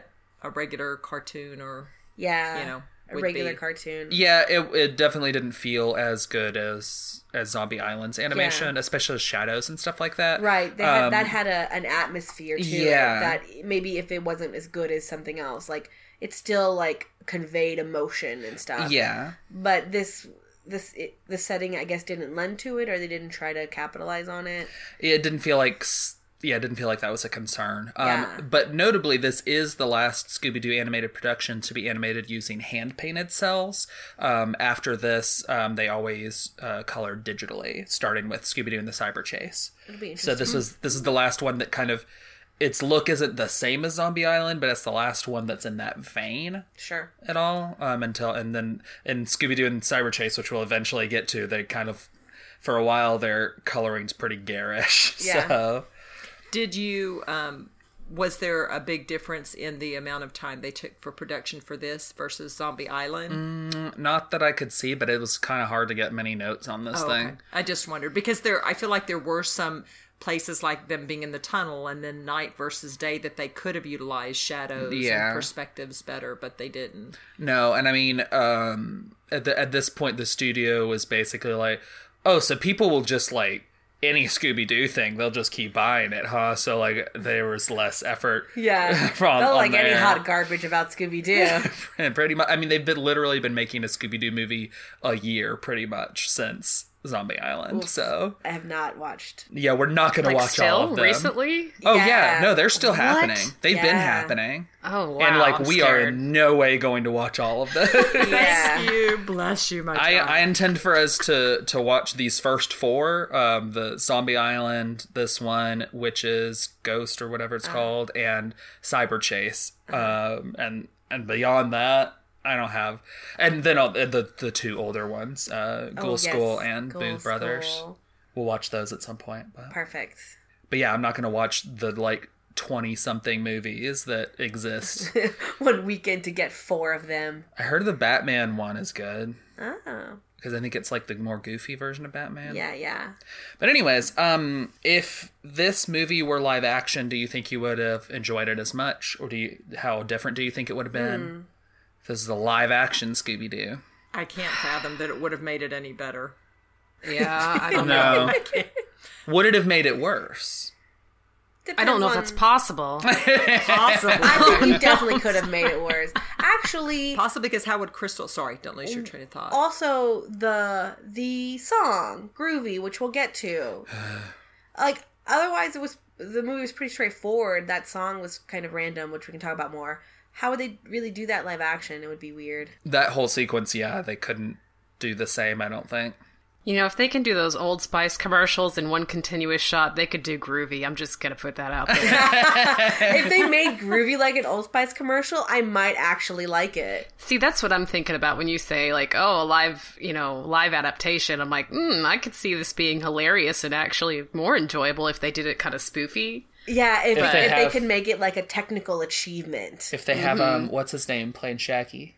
B: a regular cartoon or
C: yeah,
B: you know,
C: a
B: would
C: regular
B: be-
C: cartoon.
A: Yeah, it, it definitely didn't feel as good as as Zombie Island's animation, especially shadows and stuff like that.
C: Right, they had,
A: Um,
C: that had a, an atmosphere to
A: yeah.
C: it that maybe if it wasn't as good as something else, like it still like conveyed emotion and stuff.
A: Yeah,
C: but this this it, the setting I guess didn't lend to it, or they didn't try to capitalize on it.
A: it didn't feel like s- yeah, it didn't feel like that was a concern. Um,
C: Yeah.
A: But notably, this is the last Scooby Doo animated production to be animated using hand painted cells. Um, after this, um, they always uh, colored digitally, starting with Scooby Doo and the Cyber Chase.
C: It'd be
A: So
C: interesting.
A: this was this is the last one that kind of its look isn't the same as Zombie Island, but it's the last one that's in that vein
C: sure,
A: at all. Um, until and then in Scooby Doo and Cyber Chase, which we'll eventually get to, they kind of for a while their coloring's pretty garish. (laughs)
C: Yeah.
A: So
B: Did you? Um, was there a big difference in the amount of time they took for production for this versus Zombie Island?
A: not that I could see, but it was kind of hard to get many notes on this
B: Oh,
A: thing.
B: okay. I just wondered because there, I feel like there were some places like them being in the tunnel and then night versus day that they could have utilized shadows
A: Yeah.
B: and perspectives better, but they didn't.
A: No, and I mean, um, at, the, at this point, the studio was basically like, oh, so people will just like any Scooby Doo thing, they'll just keep buying it, huh? So like, there was less effort.
C: yeah,
A: (laughs) From
C: felt
A: on
C: like any
A: there.
C: hot garbage about Scooby Doo.
A: And pretty much, I mean, they've been literally been making a Scooby Doo movie a year, pretty much since Zombie Island. So
C: (laughs) I have not watched.
A: yeah, we're not gonna
E: like
A: watch
E: still
A: all of them.
E: recently.
A: Oh yeah.
C: Yeah.
A: no, they're still happening. They've been
C: Yeah.
A: happening,
E: Oh wow,
A: and like
E: I'm
A: we are
E: scared.
A: in no way going to watch all of
E: (laughs)
A: them.
C: Yeah,
B: you, bless you, my
A: I, I intend for us to to watch these first four um the zombie island this one which is ghost or whatever
C: Ah.
A: it's called and cyber chase
C: Uh-huh.
A: um and and beyond that i don't have and then all, the the two older ones uh
C: Oh,
A: ghoul
C: yes.
A: school and
C: Ghoul
A: booth brothers
C: School.
A: we'll watch those at some point but,
C: Perfect. (laughs)
A: but yeah i'm not gonna watch the like 20 something movies that exist
C: (laughs) One weekend to get four of them.
A: i heard the batman one is good
C: Oh,
A: because i think it's like the more goofy version of batman
C: yeah, yeah.
A: But anyways, um, if this movie were live action, do you think you would have enjoyed it as much, or do you? How different do you think it would have been?
E: Hmm.
A: If this is a live action Scooby
E: (laughs)
A: Doo.
B: I can't fathom that it would have made it any
A: (laughs)
B: better.
E: Yeah, I don't know.
A: No. would it have made it worse?
E: I don't know if
C: Depends
E: that's
C: on-
E: possible.
A: (laughs)
C: I
B: Possible.
C: think you definitely could have
E: (laughs)
C: made it worse. Actually,
B: Possibly because how would Crystal? Sorry, don't lose your train of thought.
C: also the the song groovy which we'll
A: (sighs)
C: get to like otherwise it was the movie was pretty straightforward that song was kind of random which we can talk about more how would they really do that live action it would be weird
A: That whole sequence, yeah, they couldn't do the same. I don't think.
E: You know, if they can do those Old Spice commercials in one continuous shot, they could do Groovy. I'm just gonna put that
A: (laughs)
E: out there.
C: if they made groovy like an old spice commercial i might actually like it
E: See, that's what I'm thinking about when you say like, oh, a live, you know, live adaptation. I'm like, mm, I could see this being hilarious and actually more enjoyable if they did it kind of spoofy. (laughs)
C: yeah if, if,
A: they
C: they,
A: have-
C: can make it like a technical achievement
A: If they have um,
E: Mm-hmm.
A: what's his name playing Shaggy?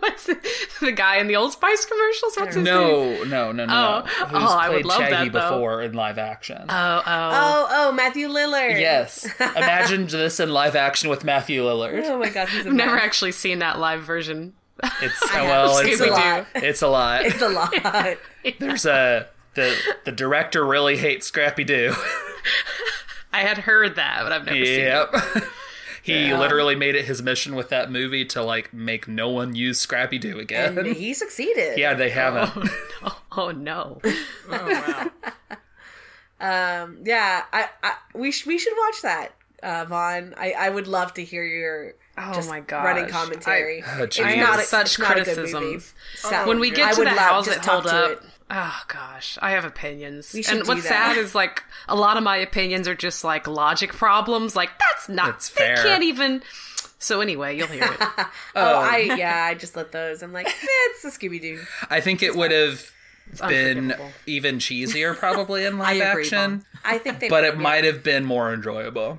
E: What's the, the guy in the Old Spice commercials? What's his name?
A: No, no, no, no.
E: Oh. Oh, I would love
A: Shaggy
E: that, though.
A: before in live action?
E: Oh, oh,
C: oh oh matthew lillard
A: yes.
E: (laughs)
A: Imagine this in live action with Matthew Lillard.
C: oh my god he's
A: (laughs)
C: a
E: I've never
C: mess.
E: actually seen that live version.
A: It's well, it's
C: Scooby-Doo.
A: a, it's a lot.
C: it's
A: (laughs)
C: a lot
A: There's a the the director really hates Scrappy Doo. (laughs)
E: I had heard that, but I've never seen it.
A: yep. (laughs) He literally made it his mission with that movie to like make no one use Scrappy Doo again.
C: and he
A: (laughs)
C: succeeded
A: yeah, they haven't.
E: (laughs) Oh no.
C: Um, yeah, I, I we sh- we should watch that, uh, Vaughn. I, I would love to hear your
E: Oh
C: just
E: my gosh.
C: running commentary.
A: Oh,
C: it's
A: geez.
C: not
E: have
C: a,
E: such
C: it's not a good
E: criticisms.
C: movie. So
E: When we
C: I
E: get to
C: would
E: the
C: love-
E: house
C: just
E: at
C: talk
E: Hold
C: to
E: Up,
C: it.
E: Oh gosh, I have opinions.
C: We should
E: And
C: do
E: what's
C: that.
E: sad is like a lot of my opinions are just like logic problems. Like that's not
A: That's
E: they
A: fair.
E: can't even. So anyway, you'll
C: (laughs)
E: hear it.
C: Oh,
A: (laughs)
C: I yeah, I just let those. I'm like, "Eh, that's a Scooby Doo.
A: I think it would have
E: It's
A: been
E: unforgivable.
A: even
C: (laughs)
A: cheesier probably in live
B: agree,
A: action,
B: Vaughn.
C: I think they,
A: but it
C: yeah.
A: might have been more enjoyable.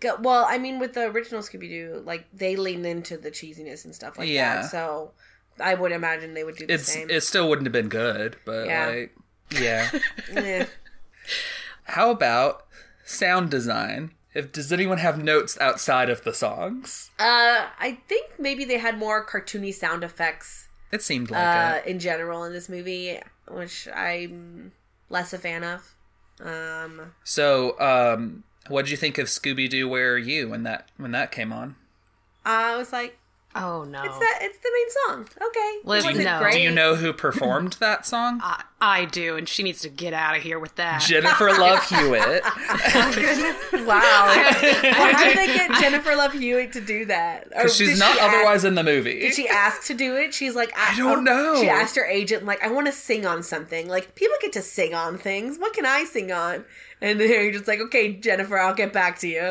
C: Go- Well, I mean, with the original Scooby Doo, like they lean into the cheesiness and stuff like
A: Yeah.
C: that. So I would imagine they would do the
A: It's
C: same.
A: it still wouldn't have been good, but
C: Yeah.
A: like
C: (laughs)
A: yeah.
C: Eh.
A: How about sound design? If does anyone have notes outside of the songs?
C: Uh, I think maybe they had more cartoony sound effects
A: It seemed like
C: uh,
A: it.
C: in general in this movie, which I'm less a fan of. Um,
A: So, um, what did you think of Scooby Doo? Where are you when that when that came on?
C: I was like,
E: Oh no,
C: it's that it's the main song. Okay, It
E: Liz,
C: wasn't
E: no.
C: great.
A: Do you know who performed that
C: (laughs)
A: song?
E: I, I do, and she needs to get out of here with
C: (laughs)
E: that.
A: Jennifer Love Hewitt. (laughs)
C: Wow, why did they get Jennifer Love Hewitt to do that? Or
A: Because she's
C: did
A: not
C: she ask-
A: otherwise in the movie.
C: Did she ask to do it? She's like, I,
A: don't know.
C: She asked her agent, like, I want to sing on something. Like, people get to sing on things. What can I sing on? And they're just like, okay, Jennifer, I'll get back to
E: (laughs)
C: you.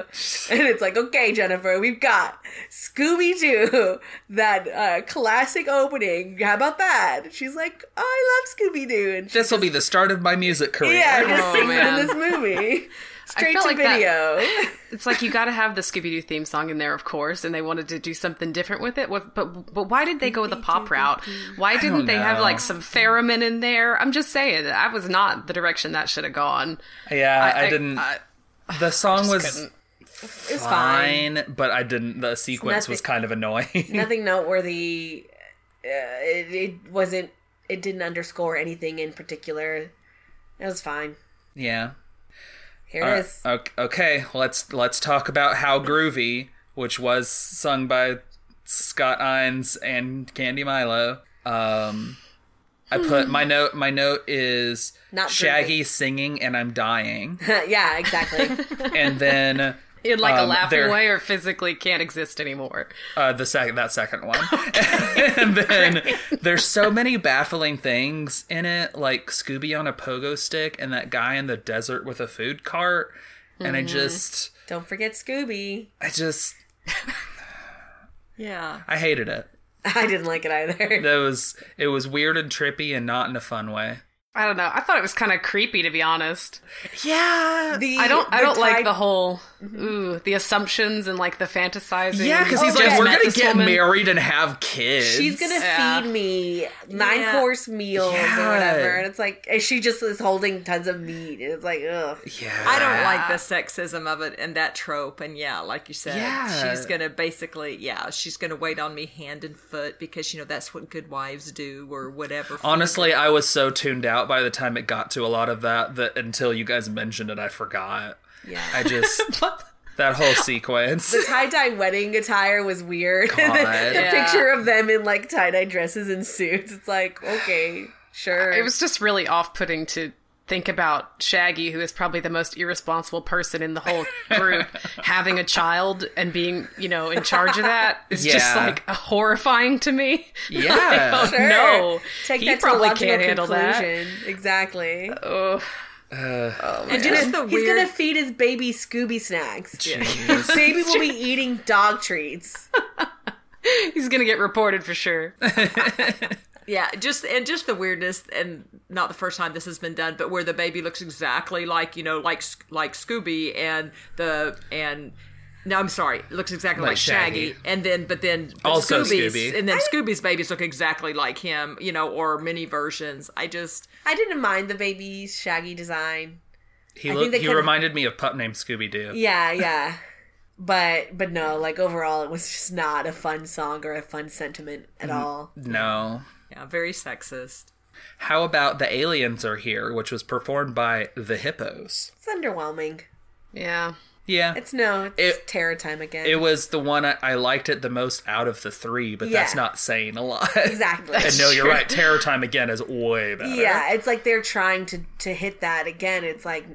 C: And it's like, okay, Jennifer, we've got Scooby Doo, that uh, classic opening. How about that? She's like, oh, I love Scooby Doo. And she's
A: this will be the start of my music career.
C: yeah, just
E: Oh,
C: singing
E: man.
C: in this
E: (laughs)
C: movie. Straight to
E: felt like that-
C: video.
E: It's like you got to have the Scooby Doo theme song in there, of course, and they wanted to do something different with it. What- But but why did they go with the pop route? Why didn't they have
A: know.
E: like some theremin in there? I'm just saying, that was not the direction that should have gone.
A: Yeah, I,
E: I-
A: didn't.
E: I-
A: the song was
E: couldn't.
C: It's fine.
A: fine, but I didn't. The sequence was
C: nothing-
A: kind of annoying. (laughs)
C: nothing noteworthy. Uh, it, it wasn't. It didn't underscore anything in particular. It was fine.
A: yeah.
C: Here
A: All
C: it
A: right,
C: is. (laughs)
A: ok- Okay, let's let's talk about how groovy, which was sung by Scott Ines and Candy Milo. Um, I put my note. My note is
C: Not
A: Shaggy singing and I'm dying,
C: yeah,
E: (laughs)
C: exactly.
A: and then
E: in like a
A: Um,
E: laughing
A: there-
E: way or physically can't exist anymore.
A: uh, the second that second one, (laughs) and then there's so many baffling things in it, like Scooby on a pogo stick and that guy in the desert with a food cart, and I just,
C: Don't forget Scooby. (laughs)
A: I just,
B: Yeah.
A: I hated it.
C: I didn't like it
E: (laughs)
C: either.
A: that was it was weird and trippy and not in a fun way.
E: I don't know. I thought it was kind of creepy to be honest.
A: Yeah.
C: The,
E: I don't. I don't like
C: tide-
E: the whole ooh the assumptions and like the fantasizing.
A: yeah, because
E: Oh,
A: he's
C: Oh,
A: like,
C: yeah.
A: we're
E: Met
A: gonna
E: this
A: get
E: woman.
A: married and have kids.
C: She's gonna
E: Yeah.
C: feed me nine
B: Yeah.
C: course meals
A: Yeah.
C: or whatever, and it's like and she just is holding tons of meat, and it's like ugh.
E: (laughs)
A: Yeah.
B: I don't like
A: Ah.
B: the sexism of it and that trope. And yeah, like you said,
A: Yeah.
B: she's going to basically, yeah, she's going to wait on me hand and foot because, you know, that's what good wives do or whatever.
A: Honestly, I was so tuned out by the time it got to a lot of that that until you guys mentioned it, I forgot.
C: Yeah.
A: I just
C: (laughs)
A: that whole sequence.
C: The tie dye wedding attire was weird. (laughs) the
A: Yeah.
C: picture of them in like tie dye dresses and suits. It's like okay, sure.
E: It was just really off-putting to think about Shaggy, who is probably the most irresponsible person in the whole
A: (laughs)
E: group, having a child and being, you know, in charge of that is just
A: Yeah.
E: like horrifying to me.
A: Yeah.
E: oh, no,
C: Take
E: he
C: that
E: probably
C: to a
E: can't
C: logical
E: handle that.
C: conclusion. Exactly.
E: Oh,
B: and just the
C: He's
B: weird.
C: gonna feed his baby Scooby snacks.
A: Jeez.
C: His baby will be
E: (laughs)
C: eating dog treats.
E: he's gonna get reported for sure.
B: Yeah, just and just the weirdness, and not the first time this has been done, but where the baby looks exactly like you know, like like Scooby, and the and no, I'm sorry, looks exactly like,
A: Like
B: Shaggy.
A: Shaggy.
B: and then but then but
A: Also
B: Scooby's,
A: Scooby.
B: and then Scooby's babies look exactly like him, you know, or many versions. I just
C: I didn't mind the baby's shaggy design.
A: He
C: I think
A: looked,
C: they
A: he
C: could've-
A: reminded me of pup named Scooby Doo.
C: Yeah, yeah. But but no, like overall, it was just not a fun song or a fun sentiment at
E: Mm-hmm.
C: all.
A: No.
B: yeah, very sexist.
A: How about the aliens are here, which was performed by the hippos?
C: It's underwhelming.
E: Yeah.
A: Yeah.
C: It's no, it's
A: It-
C: terror time again.
A: It was the one I, I liked it the most out of the three, but that's
C: Yeah.
A: not saying a lot. (laughs)
E: (laughs)
C: exactly.
A: and no, you're right. Terror Time again is way better.
C: Yeah, it's like they're trying to to hit that again. It's like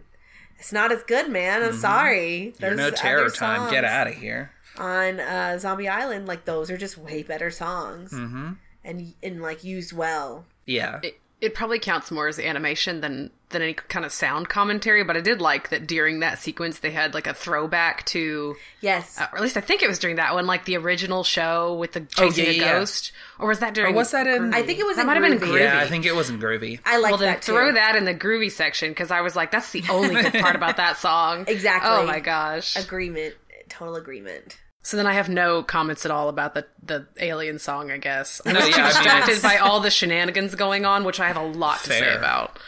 C: it's not as good, man. I'm sorry.
A: Mm-hmm. You're no
C: Those
A: Terror
C: other
A: Time. Get
C: songs
A: out of here.
C: on uh, Zombie Island. Like those are just way better songs, mm-hmm. and and like used well.
A: Yeah.
E: it probably counts more as animation than than any kind of sound commentary, but I did like that during that sequence they had like a throwback to
C: Yes.
A: Uh,
E: or at least I think it was during that one, like the original show with the chasing
A: Oh, yeah,
E: a
A: yeah, yeah.
E: ghost, or was that during?
A: was that in-
C: I think it was.
E: That
C: in
E: might have been
C: Groovy.
E: Groovy.
A: Yeah, I think it wasn't groovy.
C: I like
E: well, then
C: that too.
E: throw that in the groovy section because I was like, that's the only good part
C: (laughs)
E: about that song.
C: Exactly.
E: Oh my gosh.
C: agreement. Total agreement.
E: So then I have no comments at all about the the alien song. I guess I
A: No,
E: was
A: yeah,
E: too
A: I mean,
E: distracted
A: it's-
E: by all the shenanigans going on, which I have a lot to say
A: Fair.
E: about.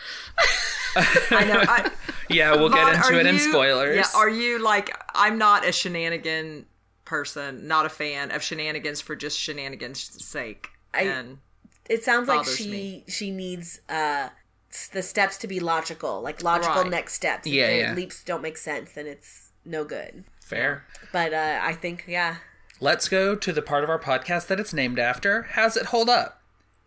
B: I know.
A: (laughs)
B: I,
A: Yeah, we'll get
B: Vaughn,
A: into
B: are
A: it in
B: you-
A: spoilers.
B: Yeah, are you like I'm not a shenanigan person, not a fan of shenanigans for just shenanigans' sake.
C: I-
B: and
C: It sounds like
B: Bothers
C: she
B: me.
C: she needs uh s- the steps to be logical, like logical
B: Right.
C: next steps. If
A: Yeah,
C: the
A: yeah.
C: Leaps don't make sense, then it's no good.
A: Fair.
C: But uh I think yeah.
A: Let's go to the part of our podcast that it's named after. How's it hold up?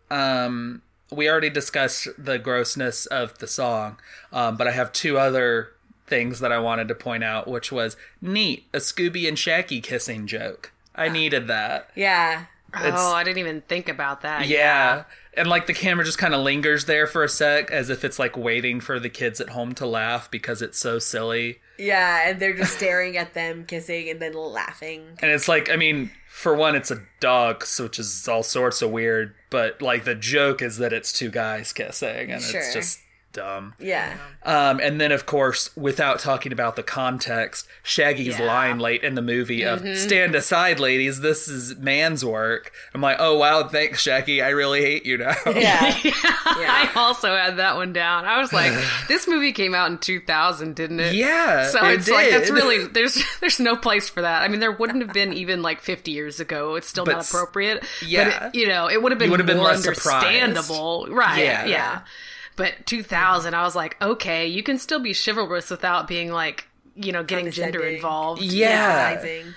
A: Um, we already discussed the grossness of the song, um, but I have two other things that I wanted to point out, which was neat a Scooby and Shaggy kissing joke. I needed that.
C: Yeah.
E: oh, I didn't even think about that.
A: Yeah. And like the camera just kind of lingers there for a sec as if it's like waiting for the kids at home to laugh because it's so silly.
C: Yeah, and they're just staring at them kissing and then laughing.
A: And it's like, I mean, for one, it's a dog, so- which is all sorts of weird, but like the joke is that it's two guys kissing, and
C: Sure.
A: it's just dumb.
C: Yeah.
A: Um, and then, of course, without talking about the context, Shaggy's line late in the movie of
E: Mm-hmm.
A: "Stand aside, ladies, this is man's work." I'm like, oh wow, thanks, Shaggy. I really hate you
E: (laughs)
A: now.
C: Yeah.
E: I also had that one down. I
A: (laughs)
E: was like, this movie came out in 2000, didn't it?
A: Yeah,
E: So
A: it
E: it's like that's
A: did. (laughs)
E: really there's there's no place for that. I mean, there wouldn't have been even like 50 years ago. It's still
A: But
E: not
A: s-
E: appropriate.
A: yeah.
E: but it, you know, it would have been
A: would have been
E: more
A: less surprised.
E: understandable, right?
A: Yeah.
E: Yeah. But 2000, I was like, okay, you can still be chivalrous without being like you know getting gender
C: Condescending.
E: involved.
A: yeah,
C: Amazing.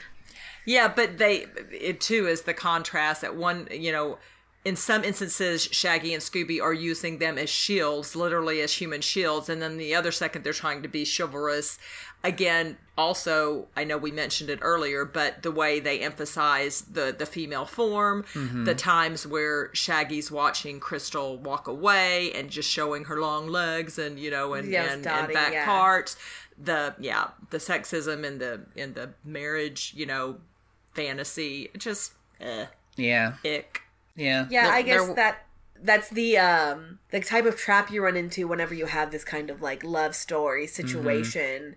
B: Yeah, but they it too is the contrast that one, you know, in some instances Shaggy and Scooby are using them as shields, literally as human shields, and then the other second they're trying to be chivalrous. Again, also I know we mentioned it earlier, but the way they emphasize the the female form, the times where Shaggy's watching Crystal walk away and just showing her long legs and you know and
C: Yes,
B: and,
C: dotting,
B: and back
C: yeah.
B: parts, the yeah, the sexism and the and the marriage, you know, fantasy. Just eh,
A: yeah,
B: ick.
A: yeah,
C: Yeah, I guess
E: there-
C: that that's the um the type of trap you run into whenever you have this kind of like love
A: Mm-hmm.
C: story situation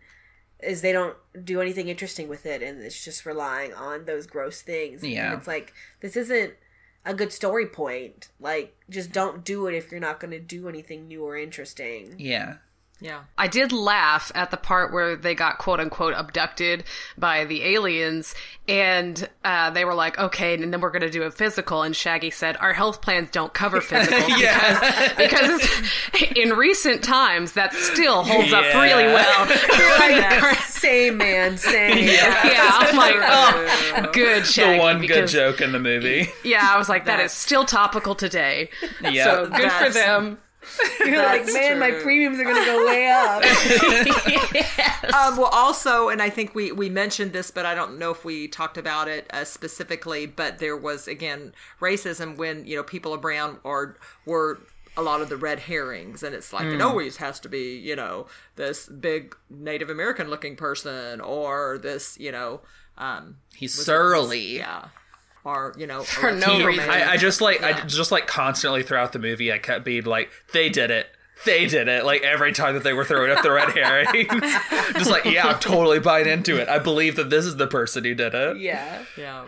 C: is they don't do anything interesting with it and it's just relying on those gross things. And
A: Yeah.
C: it's like this isn't a good story point. Like just don't do it if you're not going to do anything new or interesting.
A: yeah.
B: Yeah.
E: I did laugh at the part where they got quote unquote abducted by the aliens and uh, they were like, okay, and then we're going to do a physical. And Shaggy said, our health plans don't cover
A: (laughs)
E: physicals
A: Yeah.
E: because in recent times that still holds up
A: Yeah. (laughs)
E: really well.
C: Same man, same.
E: (laughs) Yeah,
A: (laughs)
E: I'm like, oh, good Shaggy.
A: the one
E: because-
A: good joke in the movie.
E: Yeah, I was like, that is still
A: (laughs)
E: topical today.
A: yeah.
E: So good for
B: That's-
E: them.
C: (laughs) You're like,
B: That's
C: man, my
B: true.
C: premiums are going to go way up.
B: Um, well, also, and I think we we mentioned this, but I don't know if we talked about it uh, specifically. But there was again racism when you know people of brown are were a lot of the red herrings, and it's like it always has to be you know this big Native American looking person or this you know um,
A: He's surly.
B: yeah or you know
E: For
B: a
E: no
C: Oh,
B: Latino
E: reason.
B: man.
A: I, I just like I just like constantly throughout the movie I kept being like they did it they did it like every time that they were throwing up the red herrings
C: (laughs)
A: just like yeah I'm totally buying into it I believe that this is the person who did it
C: yeah.
B: yeah.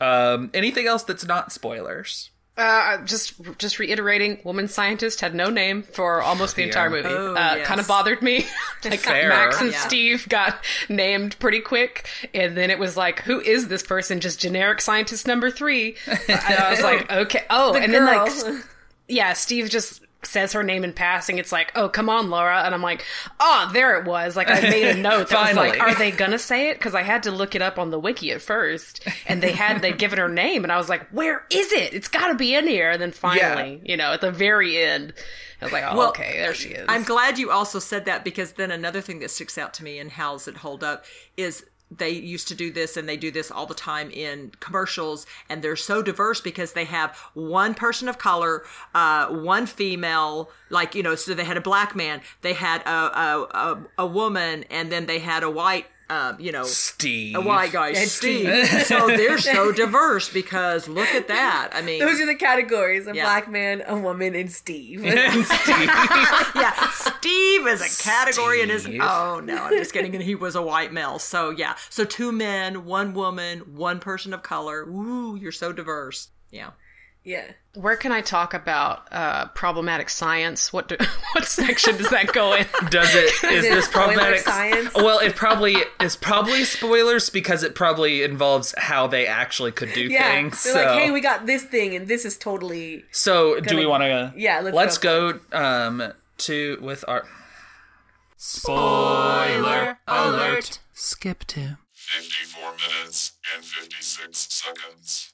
A: um anything else that's not spoilers
E: Uh, just just reiterating, woman scientist had no name for almost the entire movie.
B: Oh,
E: uh,
B: yes.
E: Kind of bothered me. (laughs) like
A: Fair.
E: Max and
B: Yeah.
E: Steve got named pretty quick, and then it was like, who is this person? Just generic scientist number three. And
B: (laughs)
E: I was like, okay, oh, and then like, s- yeah, Steve just says her name in passing. It's like, oh, come on, Laura, and I'm like, oh, there it was. Like I made a note that was
A: Finally.
E: like, are they gonna say it? Because I had to look it up on the wiki at first, and they had they given her name, and I was like, where is it? It's got to be in here. And then finally, you know, at the very end, I was like, oh,
B: Well,
E: okay, there she is.
B: I'm glad you also said that because then another thing that sticks out to me in How's It Hold Up is they used to do this and they do this all the time in commercials and they're so diverse because they have one person of color uh, one female like you know so they had a black man they had a a, a, a woman and then they had a white um, you know
A: Steve.
C: Oh,
B: a white
A: (laughs)
B: guy steve so they're so diverse because look at that i mean
C: (laughs) Those are the categories: a
B: Yeah.
C: black man, a woman, and Steve. (laughs)
B: yeah, Steve is a category in his
A: Steve.
B: Oh No, I'm just kidding. And he was a white male. So yeah, so two men, one woman, one person of color. Ooh, you're so diverse. Yeah.
C: yeah.
E: Where can I talk about uh, problematic science? What do, (laughs) what section does that go in?
A: Does
C: (laughs)
A: it? Is
C: it
A: this
C: spoiler
A: problematic?
C: science?
A: Well, it probably is probably spoilers because it probably involves how they actually could do
C: Yeah,
A: things.
C: they're
A: so,
C: like, "Hey, we got this thing, and this is totally (laughs)
A: so do we want to?
C: Yeah, let's
A: go, um to with our
D: Spoiler alert.
A: skip to.
D: 54 minutes and 56 seconds.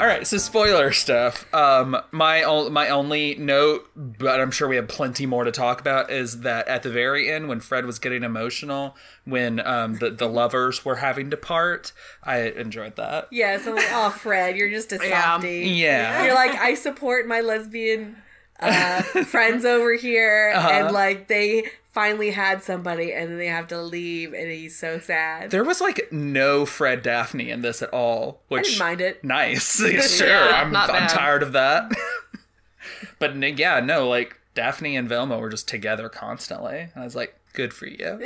A: All right, so spoiler stuff. Um, my o- my only note, but I'm sure we have plenty more to talk about, is that at the very end, when Fred was getting emotional, when um the, the lovers were having to part, I enjoyed that.
C: yeah." So, oh, Fred, you're just a
B: Yeah.
C: softie.
A: Yeah.
C: You're like, I support my lesbian uh, friends over here, and like they finally had somebody, and then they have to leave, and he's so sad.
A: There was like no Fred Daphne in this at all, which
C: didn't mind it.
A: Nice, sure. I'm,
E: not
A: I'm
E: bad.
A: tired of that. (laughs) but n- yeah, no, like Daphne and Velma were just together constantly. I was like, good for you.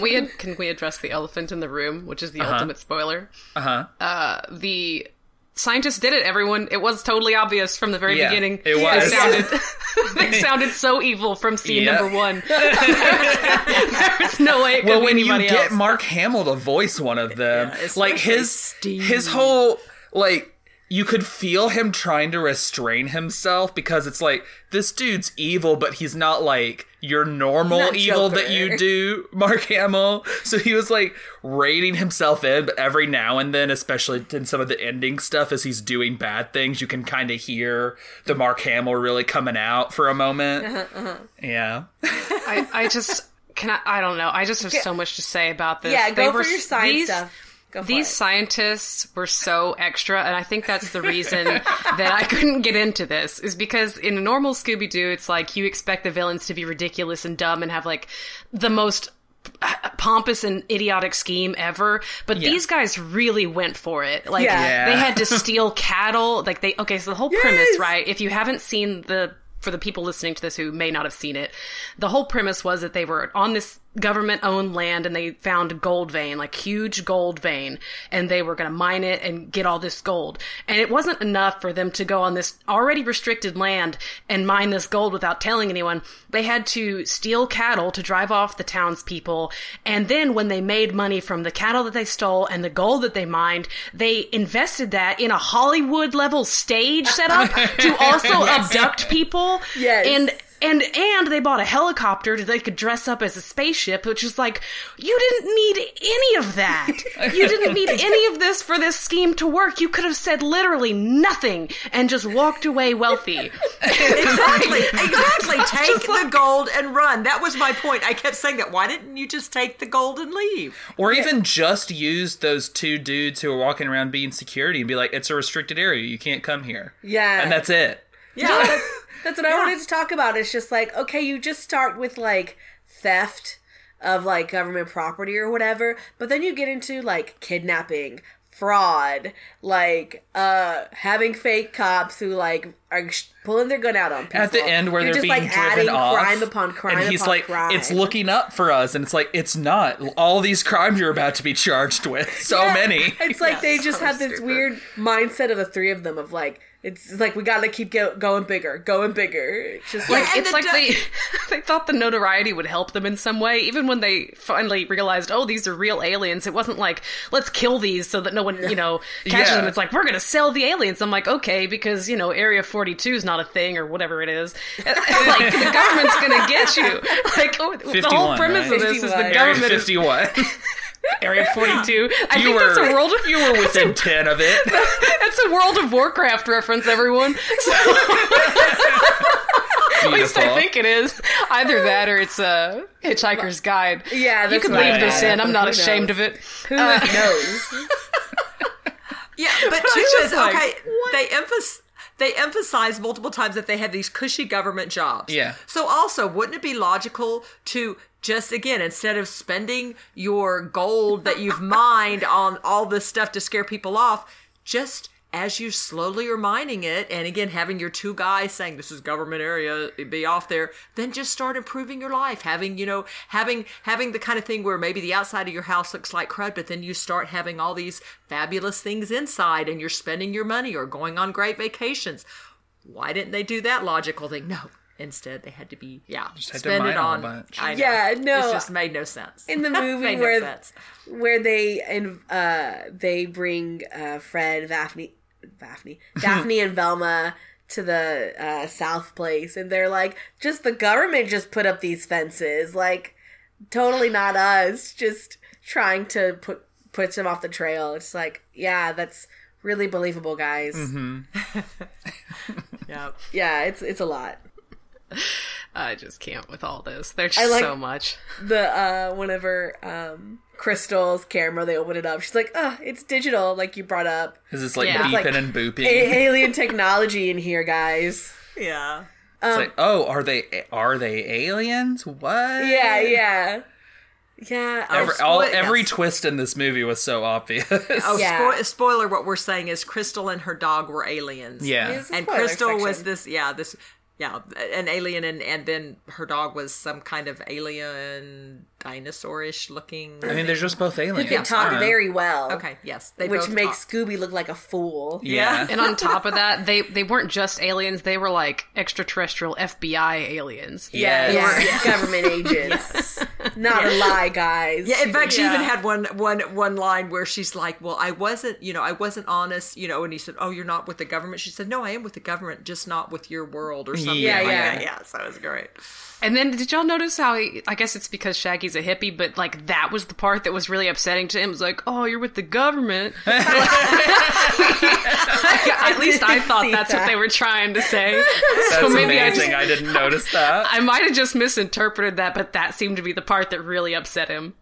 A: (laughs)
E: we can we address the elephant in the room, which is the ultimate spoiler? Uh-huh. Uh The scientists did it. Everyone, it was totally obvious from the very
A: Yeah,
E: beginning.
A: it was.
E: They
A: (laughs)
E: sounded, they sounded so evil from scene
A: Yeah. (laughs)
E: number one. there was no way. It could
A: well,
E: be
A: when you
E: anybody
A: get
E: else.
A: Mark Hamill to voice one of them,
B: Yeah,
A: like his
B: especially Steve.
A: his whole like you could feel him trying to restrain himself because it's like this dude's evil, but he's not like your normal
C: not
A: evil
C: Joker.
A: that you do, (laughs) Mark Hamill. So he was like reining himself in, but every now and then, especially in some of the ending stuff, as he's doing bad things, you can kind of hear the Mark Hamill really coming out for a moment. Yeah.
E: I, I just can. I, I don't know. I just have so much to say about this.
C: yeah,
E: They
C: go
E: were
C: for your
E: s-
C: science
E: these-
C: stuff. Go for
E: These
C: it.
E: scientists were so extra, and I think that's the
C: (laughs)
E: reason that I couldn't get into this. Is because in a normal Scooby Doo, it's like you expect the villains to be ridiculous and dumb and have like the most uh, pompous and idiotic scheme ever. But these guys really went for it. Like
C: Yeah.
A: Yeah.
E: they had to steal cattle. Like they okay. So the whole premise, right? If you haven't seen the for the people listening to this who may not have seen it, the whole premise was that they were on this government owned land and they found a gold vein, like huge gold vein, and they were going to mine it and get all this gold. And it wasn't enough for them to go on this already restricted land and mine this gold without telling anyone. They had to steal cattle to drive off the townspeople. And then when they made money from the cattle that they stole and the gold that they mined, they invested that in a Hollywood level stage setup to also abduct people.
C: Yes.
E: And and and they bought a helicopter that they could dress up as a spaceship, which is like, you didn't need any of that. you didn't need any of this for this scheme to work. You could have said literally nothing and just walked away wealthy.
B: Exactly. Exactly. Take the gold and run. That was my point. I kept saying that. Why didn't you just take the gold and leave?
A: Or even just use those two dudes who are walking around being security and be like, it's a restricted area. You can't come here.
C: Yeah.
A: And that's it.
B: Yeah.
A: (laughs)
C: That's what I wanted to talk about. It's just like, okay, you just start with like theft of like government property or whatever, but then you get into like kidnapping, fraud, like uh having fake cops who like are sh- pulling their gun out on people.
A: At the end where
C: You're
A: they're
C: just,
A: being
C: like,
A: driven
C: adding
A: off.
C: crime upon crime
A: And he's
C: upon
A: like,
C: crime.
A: it's looking up for us. And it's like, it's not. All these crimes you're about to be charged with.
C: (laughs)
A: So
C: Yeah.
A: many. (laughs)
C: It's like they just
E: so
C: have this
E: stupid.
C: weird mindset of the three of them of like it's like we gotta keep go- going bigger, going bigger. It's just like
B: And
E: it's
B: the
E: like
B: du-
E: they (laughs) they thought the notoriety would help them in some way. Even when they finally realized, oh, these are real aliens. It wasn't like let's kill these so that no one you know catches
A: Yeah.
E: them. It's like we're gonna sell the aliens. I'm like okay because you know Area 42 is not a thing or whatever it is. And, and, like the government's gonna get you. Like oh, the
A: 51,
E: whole premise
A: right?
E: of this is
C: 51.
E: the
C: Area
A: Area
E: government
C: (laughs)
E: is
A: 51.
E: Area 42. I
A: You
E: think that's
A: were-
E: a world.
A: (laughs)
E: You were
A: Within 10 of
C: (laughs)
A: it.
E: that's a World of Warcraft reference, everyone. So- At least
A: Beautiful.
E: I think it is. Either that or it's a Hitchhiker's Guide.
C: Yeah,
E: you
C: that's
E: can
C: what I
E: leave this
C: thought.
E: in. I'm not
C: Who
E: ashamed
C: knows?
E: of it.
A: (laughs)
C: Who knows?
B: Yeah, but
E: was
B: two
E: just
B: is
E: like,
B: okay. They emphasize they emphasize multiple times that they had these cushy government jobs.
A: Yeah.
B: So also, wouldn't it be logical to just again instead of spending your gold that you've mined on all this stuff to scare people off, just as you slowly are mining it, and again having your two guys saying this is government area, be off there, then just start improving your life. Having you know having having the kind of thing where maybe the outside of your house looks like crud, but then you start having all these fabulous things inside, and you're spending your money or going on great vacations. Why didn't they do that logical thing? No. Instead, they had to be yeah. Just
A: had to mine a whole bunch.
B: I know.
C: Yeah, no.
B: It just made no sense. (laughs)
C: In the movie
B: made
C: where
B: no sense.
C: where they and uh they bring uh Fred, Daphne, Daphne, Daphne and Velma to the uh South Place, and they're like, just the government just put up these fences, like totally not us, just trying to put puts them off the trail. It's like, yeah, that's really believable, guys.
B: Yep.
C: Yeah, it's it's a lot.
E: I just can't with all this. There's
C: I
E: just
C: like-
E: so much.
C: the uh whenever um crystal's camera they open it up she's like oh it's digital like you brought up
A: Because it's like beeping
E: Yeah. It's
C: like- eh,
A: and booping.
C: A- alien technology in here guys
B: Yeah.
C: eh,
A: it's
C: um,
A: like, oh, are they are they aliens? What?
C: yeah yeah yeah I
A: Every,
C: was-
A: all,
B: Yes.
A: every twist in this movie was so obvious.
B: Oh,
C: Yeah.
B: spo- spoiler! What we're saying is Crystal and her dog were aliens.
A: yeah.
C: It's a
B: and
C: spoiler
B: Crystal was
C: section.
B: this. Yeah, this. Yeah, an alien, and and then her dog was some kind of alien dinosaurish looking.
A: I mean, they're just both aliens.
C: they talk
A: Uh,
C: very well
B: okay, yes, they
C: which
B: both
C: makes
B: talk.
C: scooby look like a fool
A: Yeah.
E: And on top of that, they they weren't just aliens. They were like extraterrestrial FBI aliens.
A: Yes.
C: yeah, they
B: (laughs)
C: weren't (laughs) government agents not a lie guys
B: Yeah, in fact, she even
E: Yeah.
B: had one one one line where she's like, "Well, I wasn't, you know, I wasn't honest, you know." And he said, "Oh, you're not with the government." She said, "No, I am with the government, just not with your world or something."
A: Yeah,
B: like
C: yeah.
B: that. yeah. So it was
C: (laughs)
B: great. (laughs)
E: And then did y'all notice how he, I guess it's because Shaggy's a hippie, but like that was the part that was really upsetting to him. It was like, oh, you're with the government.
C: (laughs)
E: At least I
C: didn't
E: thought
C: see
E: that's
C: that.
E: what they were trying
C: (laughs)
E: to say.
A: That's
E: so maybe I
A: amazing.
E: just.
A: I, didn't
E: (laughs)
A: notice that.
E: I might have just misinterpreted that, but that seemed to be the part that really upset him.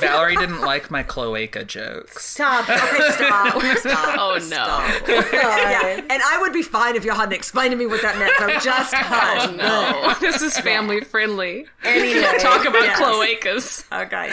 A: Valerie didn't like my cloaca jokes.
B: (laughs)
C: stop it.
B: Stop, stop,
E: Oh, no.
B: stop.
C: God.
B: Yeah, and I would be fine if y'all hadn't explained to me what that meant. So
C: (laughs) Oh,
B: just hush. (laughs)
E: No, (laughs) this is family friendly.
C: anyway
E: Talk about
B: Yes.
E: cloacas.
B: Okay.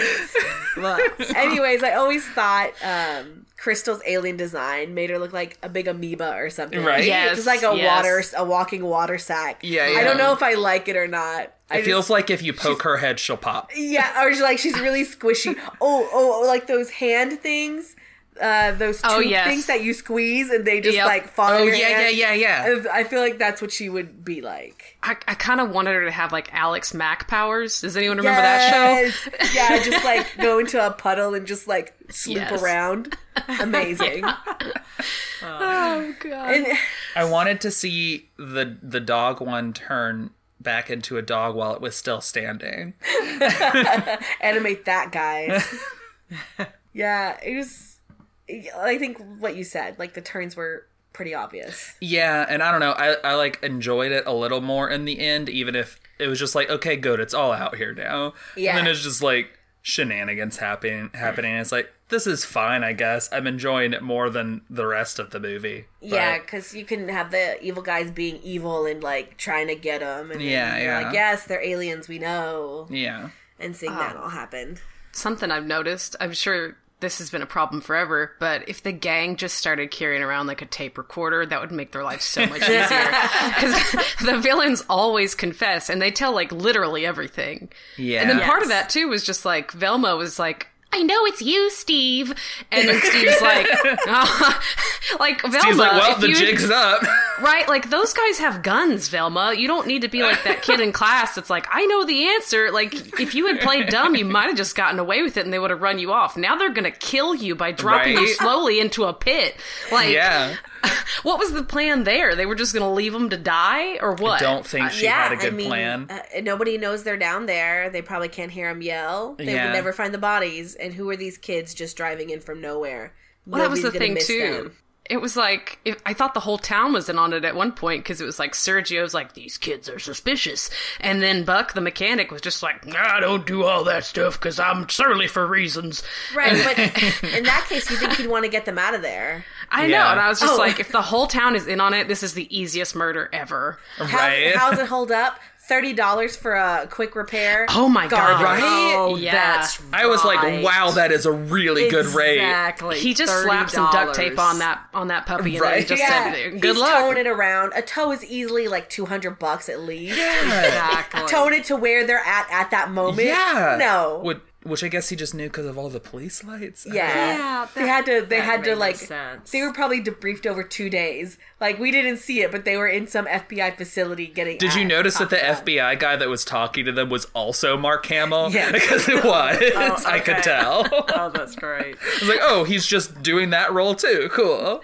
A: (laughs)
B: Look.
C: Oh, Anyways, I always thought um, Crystal's alien design made her look like a big amoeba or something.
A: Right?
E: Yes,
C: Just like a
E: yes.
C: water, a walking water sack.
A: Yeah,
C: I
A: yeah.
C: don't know if I like it or not. I
A: It feels like if you poke her head, she'll pop.
C: yeah, or she's like she's
A: (laughs)
C: really squishy. Oh, oh, oh, like those hand things, uh, those tube
E: Oh, yes.
C: things that you squeeze and they just
E: Yep.
C: like fall.
A: Oh
C: in your
A: yeah,
C: hand.
A: yeah, yeah, yeah.
C: Uh, I feel like that's what she would be like.
E: I, I kind of wanted her to have like Alex Mack powers. Does anyone remember that show?
C: yes. yeah, just
E: (laughs)
C: like go into a puddle and just like sloop
E: Yes. (laughs)
C: around. Amazing.
E: Oh god.
C: And-
A: I wanted to see the the dog one turn back into a dog while it was still standing.
C: animate that
E: (laughs)
C: guy. yeah, it was. I think what you said, like the turns were pretty obvious.
A: Yeah, and I don't know. I, I like enjoyed it a little more in the end, even if it was just like, okay, good, it's all out here now.
C: Yeah.
A: And then it's just like shenanigans happening happening. It's like, this is fine, I guess. I'm enjoying it more than the rest of the movie. But-
C: Yeah, because you can have the evil guys being evil and like trying to get them, and then
A: Yeah,
C: you're
A: yeah.
C: like, yes, they're aliens, we know,
A: Yeah.
C: and seeing that
E: Ah.
C: all happen.
E: something I've noticed. I'm sure this has been a problem forever, but if the gang just started carrying around like a tape recorder, that would make their life
C: (laughs)
E: so much easier. Because (laughs) the villains always confess and they tell like literally everything.
A: Yeah.
E: And then part of
B: Yes.
E: that too was just like Velma was like, I know it's you, Steve.
A: (laughs)
E: And then Steve's like, "Oh." like Velma.
A: He's like, well,
E: if
A: the
E: you-
A: jig's
C: (laughs)
A: up.
E: (laughs)
A: (laughs)
E: Right, like those guys have guns, Velma. You don't need to be like that kid in class that's like, I know the answer. Like, if you had played dumb, you might have just gotten away with it and they would have run you off. Now they're gonna kill you by dropping you
A: Right.
E: slowly into a pit. Like,
A: yeah.
E: what was the plan there? They were just gonna leave them to die or what?
A: Don't think she
C: yeah,
A: had a good
C: I mean,
A: plan.
C: uh, nobody knows they're down there. They probably can't hear them yell. They
A: Yeah.
C: would never find the bodies. And who are these kids just driving in from nowhere?
E: Well, that was
C: Nobody's
E: the
C: gonna
E: thing
C: miss
E: (laughs) too.
C: them.
E: it was like it, I thought the whole town was in on it at one point because it was like Sergio's like these kids are suspicious, and then Buck the mechanic was just like I don't do all that stuff because I'm surly for reasons.
C: Right, but in that case, you think he'd want to get them out of there?
E: I know,
A: Yeah.
E: and I was just
C: Oh.
E: like, if the whole town is in on it, this is the easiest murder ever.
C: How,
A: right?
C: How's it hold up? Thirty dollars for a quick repair.
E: Oh my
C: Garbage.
E: God.
A: Right?
B: Oh,
E: Yeah.
B: that's right.
A: I was like, wow, that is a really good rate.
B: Exactly.
E: He just slapped some duct tape
B: $30.
E: on that on that puppy and then
A: Right.
E: just
C: Yeah,
E: said,
C: he's
E: "Good luck."
C: towing it around. A tow is easily like two hundred bucks at least.
A: Yeah.
B: Exactly.
C: (laughs) Tone it to where they're at at that moment.
A: Yeah.
C: No.
A: Which, which I guess he just knew because of all the police lights. I
C: yeah.
A: don't know.
B: Yeah,
C: they had to. They
B: that
C: had
B: made
C: to
B: no
C: like.
B: sense.
C: They were probably debriefed over two days. Like we didn't see it, but they were in some FBI facility getting.
A: Did you
C: at-
A: notice that the FBI guy that was talking to them was also Mark Hamill?
C: Yes.
A: (laughs)
C: Oh,
A: Because it was. I could
B: okay.
A: tell. (laughs) I
B: Oh, that's great.
A: was like, oh, he's just doing that role too. Cool.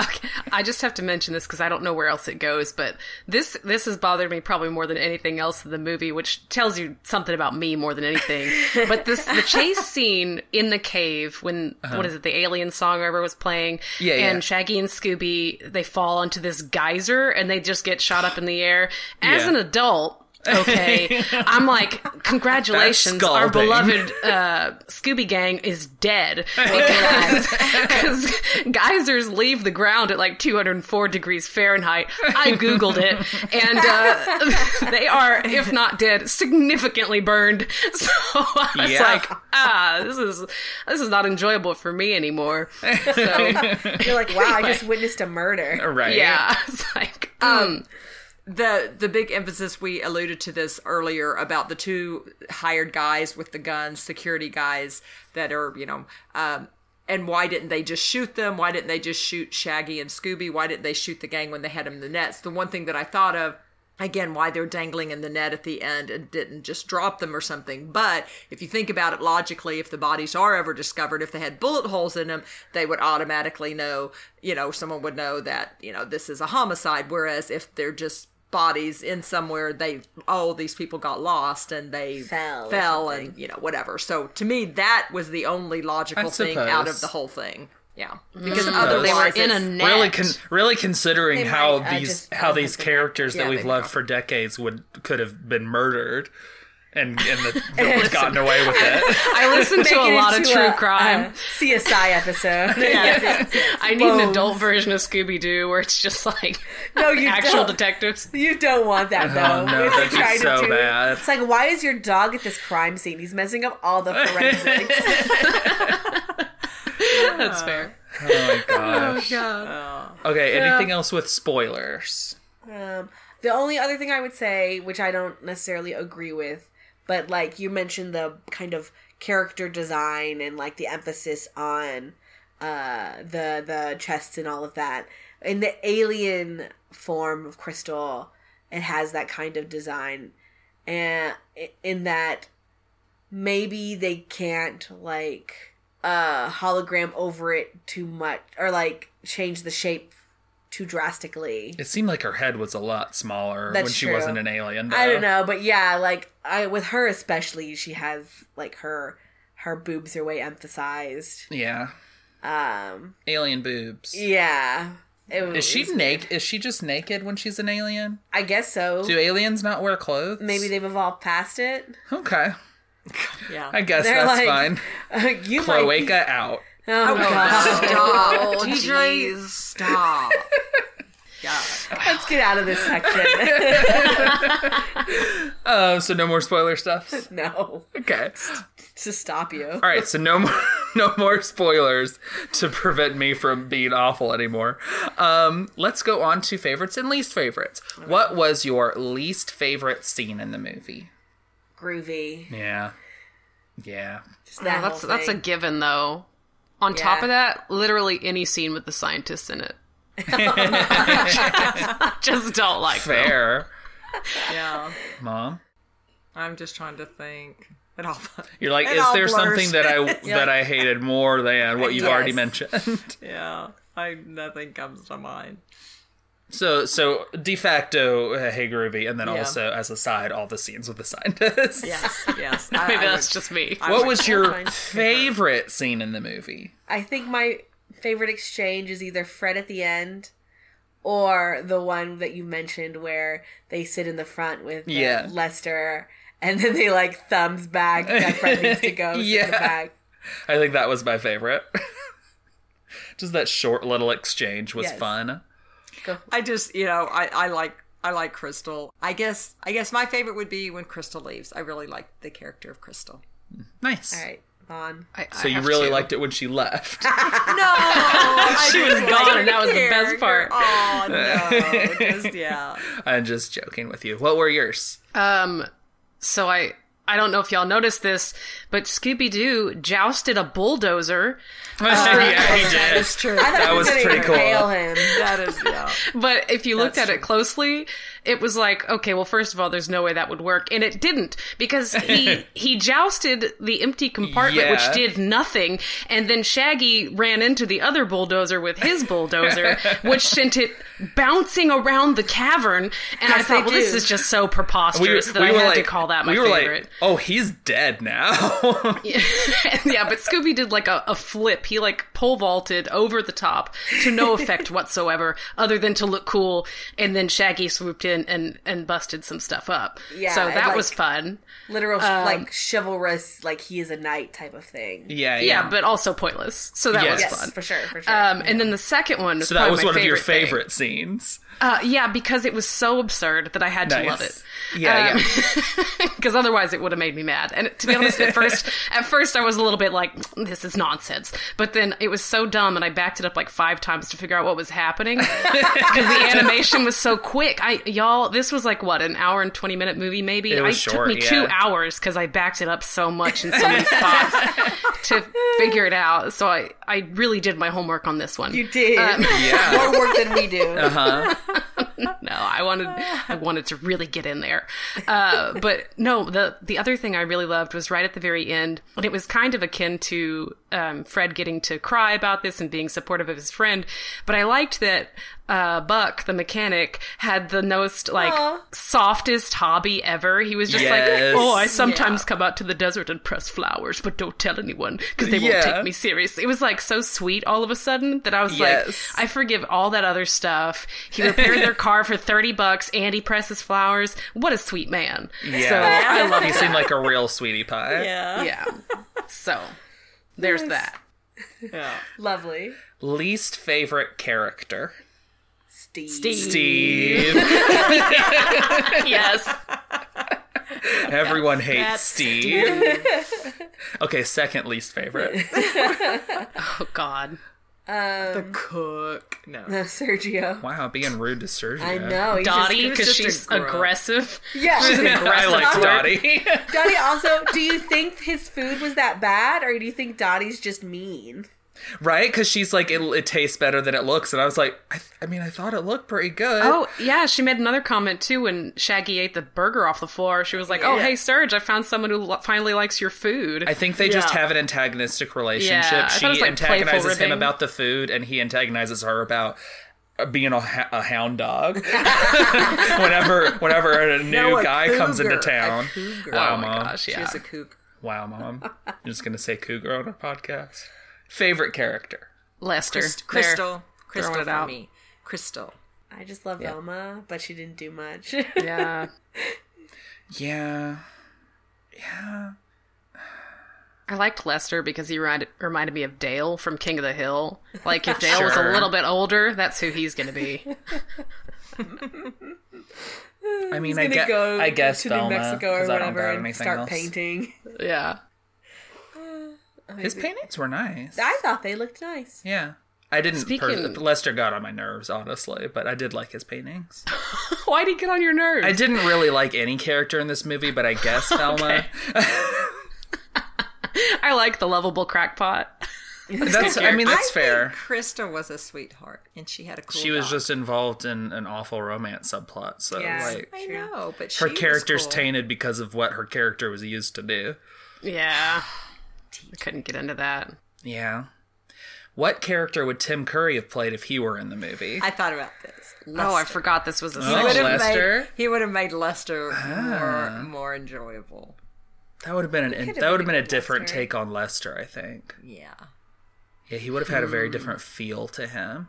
E: Okay, I just have to mention this because I don't know where else it goes, but this this has bothered me probably more than anything else in the movie, which tells you something about me more than anything. but this the
A: (laughs)
E: chase scene in the cave when what is it the alien song ever was playing,
A: Uh-huh. Yeah, yeah.
E: and Shaggy and Scooby they fall into this geyser and they just get shot up in the air. As
A: Yeah.
E: an adult. Okay,
A: (laughs)
E: I'm like, congratulations, our
A: scalding.
E: beloved uh, Scooby Gang
A: (laughs)
E: is dead because geysers leave the ground at like 204 degrees Fahrenheit. I googled it, and uh, (laughs) they are, if not dead, significantly burned. (laughs) So I was
A: Yeah.
E: like, ah, this is this is not enjoyable for me anymore. So
C: You're like, wow,
A: (laughs)
C: I just witnessed a murder.
A: Right.
E: yeah, (laughs) it's like, um,
B: the the big emphasis we alluded to this earlier about the two hired guys with the guns, security guys that are you know, um, and why didn't they just shoot them? Why didn't they just shoot Shaggy and Scooby? Why didn't they shoot the gang when they had them in the nets? The one thing that I thought of. Again, why they're dangling in the net at the end and didn't just drop them or something. But if you think about it logically, if the bodies are ever discovered, if they had bullet holes in them, they would automatically know, you know, someone would know that, you know, this is a homicide. Whereas if they're just bodies in somewhere they oh these people got lost and they
C: Fell or
B: fell and you know whatever so to me that was the only logical
A: I
B: thing out of
A: suppose.
B: the whole thing yeah
C: Mm.
B: because
A: suppose.
E: they were
B: otherwise
E: in a
B: it's-
E: net.
A: Really, con- really considering
C: They
A: how
C: might, uh,
A: these
C: just-
A: how these characters
B: Yeah,
A: that we've
B: maybe
A: loved
B: not.
A: for decades would could have been murdered, and and
C: (laughs)
A: the, they would gotten away with it.
E: I listen to
C: Make
E: a
C: it
E: lot of
C: into
E: true
C: a,
E: crime.
C: uh,
A: (laughs)
C: CSI episode.
E: I need an
C: bones.
E: adult version of Scooby Doo where it's just like
C: (laughs) No, you
E: actual
C: don't.
E: detectives.
C: You don't want that though.
A: Oh, no,
C: We've been
A: that'd be
C: trying to
A: so
C: do-
A: bad.
C: It's like, why is your dog at this crime scene? He's messing up
A: (laughs)
C: all the forensics.
E: That's fair.
A: Oh my gosh.
E: God.
A: Okay. Anything else with spoilers?
C: Um, the only other thing I would say, which I don't necessarily agree with, but like you mentioned the kind of character design and like the emphasis on uh, the the chests and all of that. In the alien form of crystal, it has that kind of design, and in that maybe they can't like uh hologram over it too much or like change the shape too drastically
A: It seemed like her head was a lot smaller
C: That's
A: when she
C: true.
A: wasn't an alien. Though.
C: I don't know, but yeah, like I with her especially, she has like her her boobs are way emphasized.
A: Yeah.
C: Um,
A: Alien boobs.
C: yeah, it was,
A: Is she naked? Is she just naked when she's an alien?
C: I guess so.
A: Do aliens not wear clothes?
C: Maybe they've evolved past it. (laughs)
A: Okay.
B: yeah
A: I guess
C: They're
A: that's
C: like- (laughs)
A: fine.
C: you might.
A: Cloaca out.
C: Oh god,
A: (laughs)
B: stop dj stop yeah
C: (laughs) let's get out of this section. (laughs)
A: Oh, so no more spoiler
C: (laughs)
A: stuff.
C: no,
A: Okay.
C: to stop you.
A: All right. So no more, (laughs) no more spoilers to prevent me from being awful anymore. Um, let's go on to favorites and least favorites. What was your least favorite scene in the movie?
C: Groovy.
A: Yeah. Yeah.
C: Just that
E: Oh, that's
C: whole
E: that's a
C: thing.
E: given though. On top
C: Yeah.
E: of that, literally any scene with the scientists
A: (laughs)
E: in it. (laughs) just don't like them.
A: Fair.
B: yeah
A: Mom.
B: i'm just trying to think it all (laughs)
A: You're like,
B: It
A: is
B: all
A: there
B: blurs.
A: something that I that I hated more than what you've already
C: Yes.
A: mentioned? (laughs)
B: yeah i nothing comes to mind
A: So so de facto, uh, hey groovy, and then
B: Yeah.
A: also as a side, all the scenes with the scientists.
B: yes (laughs) yes I-
E: Maybe
B: I
E: that's
B: would-
E: just me.
A: (laughs)
B: I
A: What
B: would
A: was your
B: totally prefer-
A: favorite scene in the movie?
C: I think my favorite exchange is either Fred at the end or the one that you mentioned where they sit in the front with uh,
A: Yeah.
C: Lester and then they like thumbs back that Fred needs
A: (laughs)
C: to go sit in
A: Yeah.
C: the back.
A: I think that was my favorite. (laughs) Just that short little exchange was
C: Yes.
A: fun.
B: I just, you know, I, I like I like Crystal. I guess I guess my favorite would be when Crystal leaves. I really like the character of Crystal.
A: Nice.
C: All right,
E: (laughs)
C: Vaughn.
E: I,
A: So you really liked it when she left.
B: No, she
E: was gone, and that was the best part.
B: Oh no, just (laughs) yeah.
A: I'm just joking with you. What were yours?
E: Um, so I I don't know if y'all noticed this, but Scooby Doo jousted a bulldozer,
A: (laughs) yeah, he
B: That
A: did.
B: is true.
C: I thought
A: That
C: he
A: was
C: gonna
A: pretty cool.
C: impale him.
B: (laughs) that is yeah.
E: but if you looked
B: That's
E: at it closely, it was like, okay, well, first of all, there's no way that would work, and it didn't
A: (laughs)
E: because he he jousted the empty compartment,
A: Yeah.
E: which did nothing, and then Shaggy ran into the other bulldozer with
A: (laughs)
E: his bulldozer, which sent it bouncing around the cavern, and I
C: As they
E: thought, well, this
C: do.
E: is just so preposterous that I had to call that my
A: we were
E: favorite.
A: like, oh, he's dead now. (laughs)
E: (laughs) yeah, but Scooby did like a, a flip. He like pole vaulted over the top to no effect whatsoever, other than to look cool. And then Shaggy swooped in and and busted some stuff up.
C: Yeah,
E: so
C: and,
E: that
C: like,
E: was fun.
C: Literal,
E: Um,
C: like chivalrous, like he is a knight type of thing.
A: yeah, yeah,
E: Yeah, but also pointless. So that
A: Yes.
E: was
C: yes,
E: fun.
C: for sure, for sure.
E: Um, and then the second one. Was
A: so that
E: probably
A: was
E: my
A: one of your
E: favorite thing.
A: favorite scenes.
E: Uh, yeah, because it was so absurd that I had to love it. Um,
A: Yeah, yeah.
E: because otherwise it would have made me mad. And to be honest,
A: (laughs)
E: at first, at first I was a little bit like, "This is nonsense," but then it was so dumb, and I backed it up like five times to figure out what was
A: (laughs)
E: happening because the animation was so quick. I y'all, this was like what an hour and twenty minute movie, maybe.
A: It was
E: I
A: short,
E: took me
A: yeah.
E: two hours because I backed it up so much in
A: (laughs)
E: so many spots to figure it out. So I, I really did my homework on this one.
C: you did
E: um,
A: Yeah.
C: (laughs) more work than we do.
A: Uh-huh.
E: no, I wanted I wanted to really get in there. Uh, but no, the the other thing I really loved was right at the very end, and it was kind of akin to um, Fred getting to cry about this and being supportive of his friend. But I liked that uh, Buck, the mechanic, had the most like
C: Aw.
E: softest hobby ever. He was just
A: Yes.
E: like, "Oh, I sometimes come out to the desert and press flowers, but don't tell anyone because they won't
A: Yeah.
E: take me serious." It was like so sweet all of a sudden that I was
A: Yes.
E: like, "I forgive all that other stuff." He repaired their car for 30 bucks and he presses flowers. What a sweet man.
A: Yeah.
E: So I love
A: he seemed like a real sweetie pie.
B: Yeah.
E: Yeah. So there's that.
B: Yeah.
C: Lovely,
A: Least favorite character. (laughs)
C: Steve.
A: Steve.
E: yes.
A: Everyone hates
B: that's
A: Steve. okay, second least favorite.
E: Oh god.
B: The cook. No.
C: (laughs) Sergio.
A: Wow, being rude to Sergio.
C: I know. he's just-
E: Dottie
C: he was
E: because
C: just a Oh,
E: she's
C: grump.
E: aggressive. (laughs)
C: Yeah. (laughs)
A: I like
E: Aggressive.
A: Dottie.
C: Dottie also, do you think his food was that bad or do you think Dottie's just mean?
A: right? Because she's like, it, it tastes better than it looks. And I was like, I, th- I mean, I thought it looked pretty good.
E: Oh yeah, she made another comment too when Shaggy ate the burger off the floor. She was like, "Oh hey Serge, I found someone who lo- finally likes your food."
A: I think they just
B: Yeah.
A: have an antagonistic relationship.
E: Yeah, I
A: she
E: thought it was, like, playful
A: antagonizes him
E: ribbing.
A: about the food, and he antagonizes her about uh, being a, ha- a hound dog. whenever, whenever a new
B: No, a
A: guy comes into
B: cougar, a
A: town.
B: cougar.
A: Wow,
E: oh my
A: mom.
E: gosh,
B: She
E: yeah.
B: was a cook.
A: Wow, mom. I'm just gonna say cougar on our podcast. Favorite character.
E: Lester, There.
B: Crystal. Crystal
E: it
B: for
E: out.
B: me. Crystal.
C: I just love Velma, but she didn't do much. (laughs)
E: Yeah.
A: Yeah. Yeah.
E: I liked Lester because he remind, reminded me of Dale from King of the Hill. Like if Dale was
A: Sure.
E: a little bit older, that's who he's going to be.
A: (laughs) I mean, I,
C: He's
A: gue-
C: gonna go
A: I guess
C: to New
A: Velma,
C: Mexico or
A: 'cause I don't
C: whatever
A: got
C: and
A: anything
C: start
A: else.
C: painting.
E: Yeah.
A: His paintings were nice.
C: I thought they looked nice.
A: Yeah. I didn't.
E: Speaking-
A: Per- Lester got on my nerves, honestly, but I did like his paintings.
E: Why'd he get on your nerves?
A: I didn't really like any character in this movie, but I guess Velma.
E: I like the lovable crackpot.
A: That's. I mean, that's
B: I
A: fair.
B: Think Crystal was a sweetheart, and she had a cool.
A: She was
B: dog.
A: just involved in an awful romance subplot, so
C: Yeah.
A: like
B: I
C: True.
B: know, but she
A: her
B: was
A: character's
B: cool.
A: tainted because of what her character was used to do.
E: Yeah. I couldn't get into that.
A: Yeah. What character would Tim Curry have played if he were in the movie?
B: I thought about this.
E: Oh, I
B: Lester.
E: forgot this was a
A: Oh,
E: section.
B: Would've
A: Lester. Ah.
B: Made, he would have made Lester more more enjoyable.
A: that would have been an that would have been a different take on Lester, I think.
B: Yeah.
A: Yeah, he would have had a very different feel to him.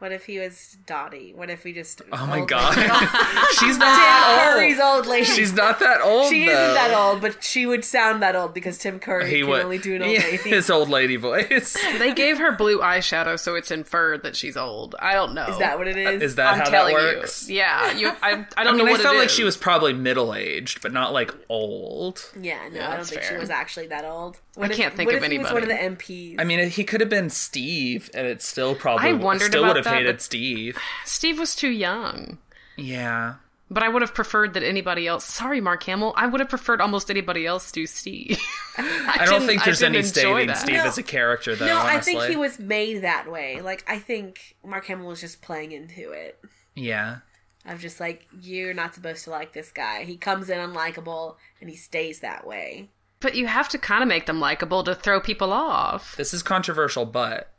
C: What if he was Dottie? What if we just?
A: Oh my
C: old
A: god. (laughs)
C: lady- (laughs)
A: She's
C: Tim
A: not
C: Curry's
A: that
C: old lady.
A: old. She's not that old.
C: she isn't
A: though.
C: that old, but she would sound that old because Tim Curry
A: He
C: can
A: would
C: only do an
A: (laughs)
C: old
A: Yeah,
C: lady. Is
A: His old lady voice.
E: They gave her blue eyeshadow, so it's inferred that she's old. I don't know. Is
C: that what it is?
A: Uh, Is that
E: I'm
A: how that
E: telling
A: works?
E: you. Yeah, you, I, I
A: (laughs) I
E: don't know
A: mean, I
E: what
A: felt
E: it
A: like
E: is.
A: she was probably middle aged, but not like old.
C: Yeah, no,
E: Yeah,
C: I don't
E: that's
C: think she
E: fair.
C: was actually that old. What
E: can't think
C: what
E: of
C: if He was one of the
E: anybody.
C: MPs.
A: I mean, he could have been Steve, and it still probably
E: I wondered
A: still
E: about
A: would have
E: that,
A: hated
E: but-
A: Steve.
E: Steve was too young.
A: Yeah.
E: But I would have preferred that anybody else. Sorry, Mark Hamill. I would have preferred almost anybody else do
A: (laughs)
E: Steve. I,
A: I don't
E: didn't-
A: think there's
E: didn't
A: any
E: enjoy
A: saving
E: that.
A: Steve
C: No.
A: as a character, though.
C: no,
A: honestly.
C: I think he was made that way. Like I think Mark Hamill was just playing into it.
A: Yeah.
C: I'm just like, you're not supposed to like this guy. He comes in unlikable and he stays that way.
E: But you have to kind of make them likable to throw people
A: (laughs)
E: off.
A: This is controversial, but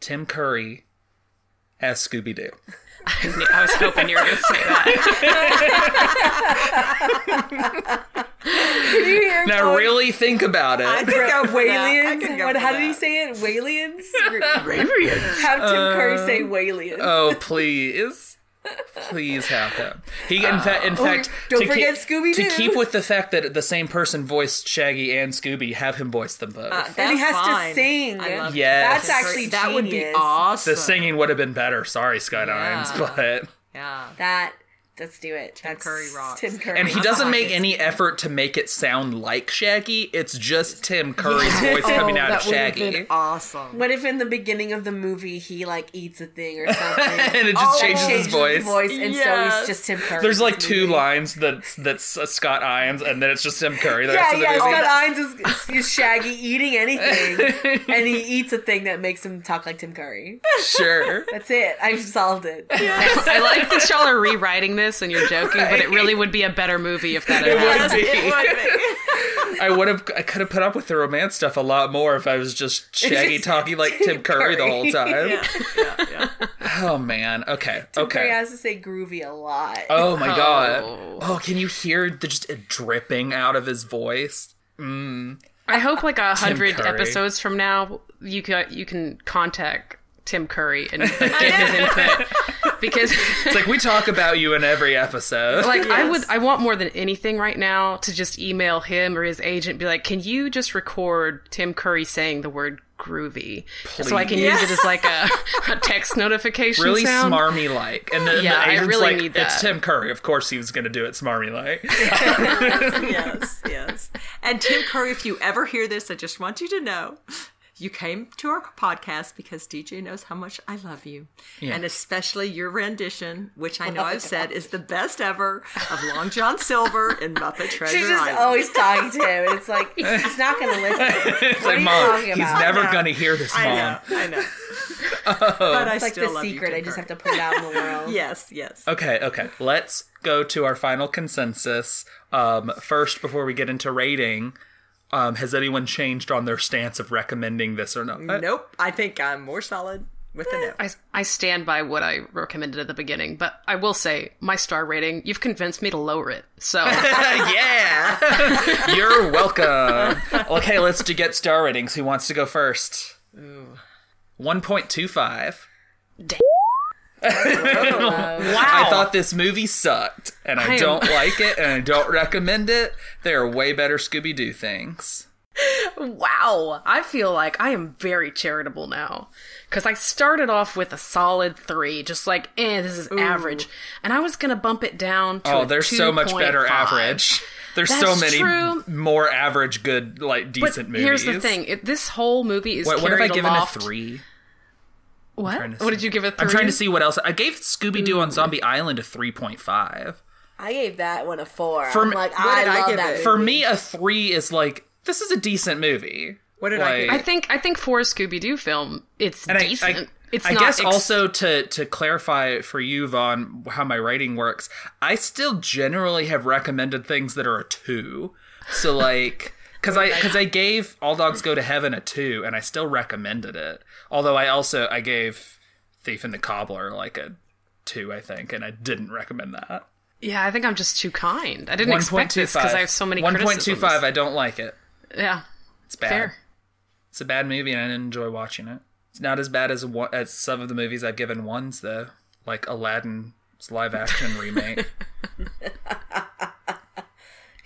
A: Tim Curry as Scooby Doo.
E: (laughs) I was hoping you were going to say that.
A: Now, really think about it.
B: I think (laughs) I
C: (laughs)
B: would.
C: Walians?
B: I could go
C: What,
B: for
C: how did he
B: that.
C: say it? (laughs) Walians? Have Tim Curry
A: Uh,
C: say Walians.
A: oh, please. Please have him. He in fact, in fact,
C: don't
A: to
C: forget
A: keep, To
C: Scooby-Doo.
A: keep with the fact that the same person voiced Shaggy and Scooby, have him voice them both.
B: Uh,
C: and he
B: that's
C: has
B: fine.
C: to sing.
B: I love
A: Yes.
C: That's actually
B: that would be
C: genius.
B: awesome.
A: the singing would have been better. Sorry, Skylines,
B: Yeah.
A: but
B: Yeah.
C: That let's do it. Tim
B: Curry rocks.
C: Tim Curry.
A: and he doesn't
C: (laughs)
B: behind
A: make
B: it.
A: any effort to make it sound like Shaggy. It's just Tim Curry's voice coming out of
B: Oh, that would have
A: Shaggy.
B: been awesome.
C: What if in the beginning of the movie he like eats a
A: (laughs)
C: thing or something?
A: (laughs) and it just changes
C: changes
A: his voice.
C: and so
B: Yes.
C: he's just Tim Curry.
A: There's like
C: in the
A: two
C: movie.
A: lines that that's uh, Scott Iams, and then it's just Tim Curry. The rest of
C: Yeah,
A: the
C: yeah.
A: movie.
C: Scott Ines is, is Shaggy eating
A: (laughs)
C: anything, and he eats a thing that makes him talk like Tim Curry.
A: sure.
C: That's it. I've solved it.
E: I like that y'all are rewriting this and you're joking, but it really would be a better movie if that had happened.
A: Would be.
B: It
A: I would have. I could have put up with the romance stuff a lot more if I was just Shaggy talking like Tim Curry, the whole time.
B: would be. yeah, yeah.
A: Oh man. Okay.
C: Curry
A: okay.
C: has to say groovy a lot.
A: Oh my god.
E: Oh.
A: Oh, can you hear the just it dripping out of his voice?
E: I hope like a hundred
A: Curry.
E: episodes from now, you can you can contact Tim Curry
A: (laughs)
E: and get his input because
A: It's like we talk about you in every episode.
E: like I would I want more than anything right now to just email him or his agent and be like, can you just record Tim Curry saying the word groovy so I can use it as like a, (laughs) a text notification
A: (laughs) really
E: sound.
A: smarmy like, and then
E: Yeah,
A: the
E: I
A: agent's
E: really
A: like,
E: need
A: "It's
E: that."
A: Tim Curry. Of course, he was going to do it smarmy (laughs) like."
B: yes, yes. And Tim Curry, if you ever hear this, I just want you to know you came to our podcast because DJ knows how much I love you. And especially your rendition, which I know
C: (laughs)
B: I've said is the best ever of Long John Silver in Muppet Treasure
C: She's just
B: Island.
C: always talking to him, and
A: (laughs)
C: it's like he's not going to listen.
A: It's
C: What are
A: like,
C: you
A: "Mom,
C: talking
A: he's
C: about?"
A: never going to hear this,
B: I
A: mom."
B: know, I
C: (laughs)
B: know.
C: Oh.
B: but I
C: It's like
B: still
C: the
B: love you,
C: secret.
B: Tim
C: I just
B: Curry.
C: have to put it out in the (laughs) world.
B: Yes, yes.
A: Okay, okay. Let's go to our final consensus. Um, first, before we get into rating, um, has anyone changed on their stance of recommending this or not?
B: Nope. I think I'm more solid with
C: (laughs)
B: a no.
E: I, I stand by what I recommended at the beginning, but I will say my star rating, you've convinced me to lower it. So
A: yeah, (laughs) you're welcome. Okay, let's do get star ratings. Who wants to go first? One point two five. (laughs) I thought this movie sucked, and I,
E: I am-
A: don't like it, and I don't recommend it. There are way better Scooby Doo things.
E: (laughs) Wow, I feel like I am very charitable now because I started off with a solid three, just like eh, this is average, and I was gonna bump it down. to
A: Oh,
E: a
A: there's so much better
E: 2.5.
A: average. (laughs) There's so many
E: That's true.
A: more average, good, like
E: But
A: decent movies.
E: here's the thing: it, this whole movie is
A: What, what have I
E: carried
A: given
E: aloft.
A: a three?
E: What?
A: trying to
E: What
A: see.
E: did you give a three?
A: I'm trying to see what else. I gave Scooby Doo on Zombie Island a three point five.
C: I gave that one a four.
A: For
C: I'm
A: me-
C: like,
A: what
C: I
B: did I
C: love
B: give
C: that.
B: it?
C: Movie.
A: For me, a three is like this is a decent movie.
B: What did I give
E: I think I think for a Scooby Doo film, it's
A: And I-
E: decent.
A: I,
E: it's
A: I
E: not
A: guess
E: ex-
A: also to to clarify for you, Vaughn, how my writing works. I still generally have recommended things that are a two. So
E: (laughs)
A: like. Because I because I gave All Dogs Go to Heaven a two, and I still recommended it. Although I also I gave Thief and the Cobbler like a two, I think, and I didn't recommend that.
E: yeah. I think I'm just too kind. I didn't
A: One
E: expect
A: point two
E: this
A: five
E: because I have so many
A: One point two five.
E: criticisms.
A: I don't like it.
E: Yeah,
A: It's bad.
E: fair.
A: It's It's a bad movie, and I didn't enjoy watching it. It's not as bad as one, as some of the movies I've given ones though, like Aladdin's live action remake.
C: (laughs)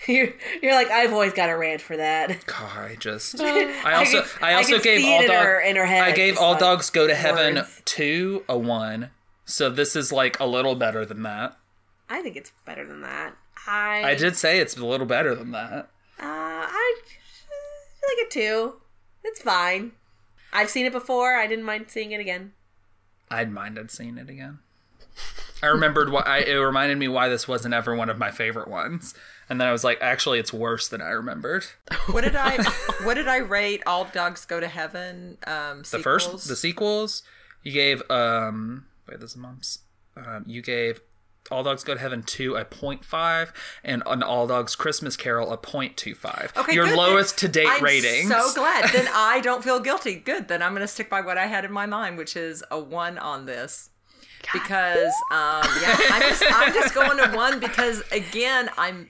C: You're, you're like, I've always got a rant for that.
A: God, I just I also
C: could-
A: I,
C: (laughs) I
A: also
C: could
A: gave
C: see
A: all
C: it in
A: dog
C: her- in her head,
A: I gave
C: just
A: all
C: like,
A: dogs go to heaven
C: words.
A: two a one. So this is like a little better than that.
C: I think it's better than that. I
A: I did say it's a little better than that.
C: Uh, I I like it too. It's fine. I've seen it before. I didn't mind seeing it again.
A: I'd mind I'd seen it again. I remembered why I, it reminded me why this wasn't ever one of my favorite ones, and then I was like, actually, it's worse than I remembered.
B: What did I what did I rate All Dogs Go to Heaven? Um
A: The first, the sequels, you gave um wait, this is months. Um, you gave All Dogs Go to Heaven two a 0.5 and on All Dogs Christmas Carol a 0.25. your
B: good.
A: lowest to date
B: I'm
A: rating. (laughs)
B: So glad. Then I don't feel guilty. Good. Then I'm going to stick by what I had in my mind, which is a one on this. Because um, yeah, I'm just, I'm just going to one because again, I'm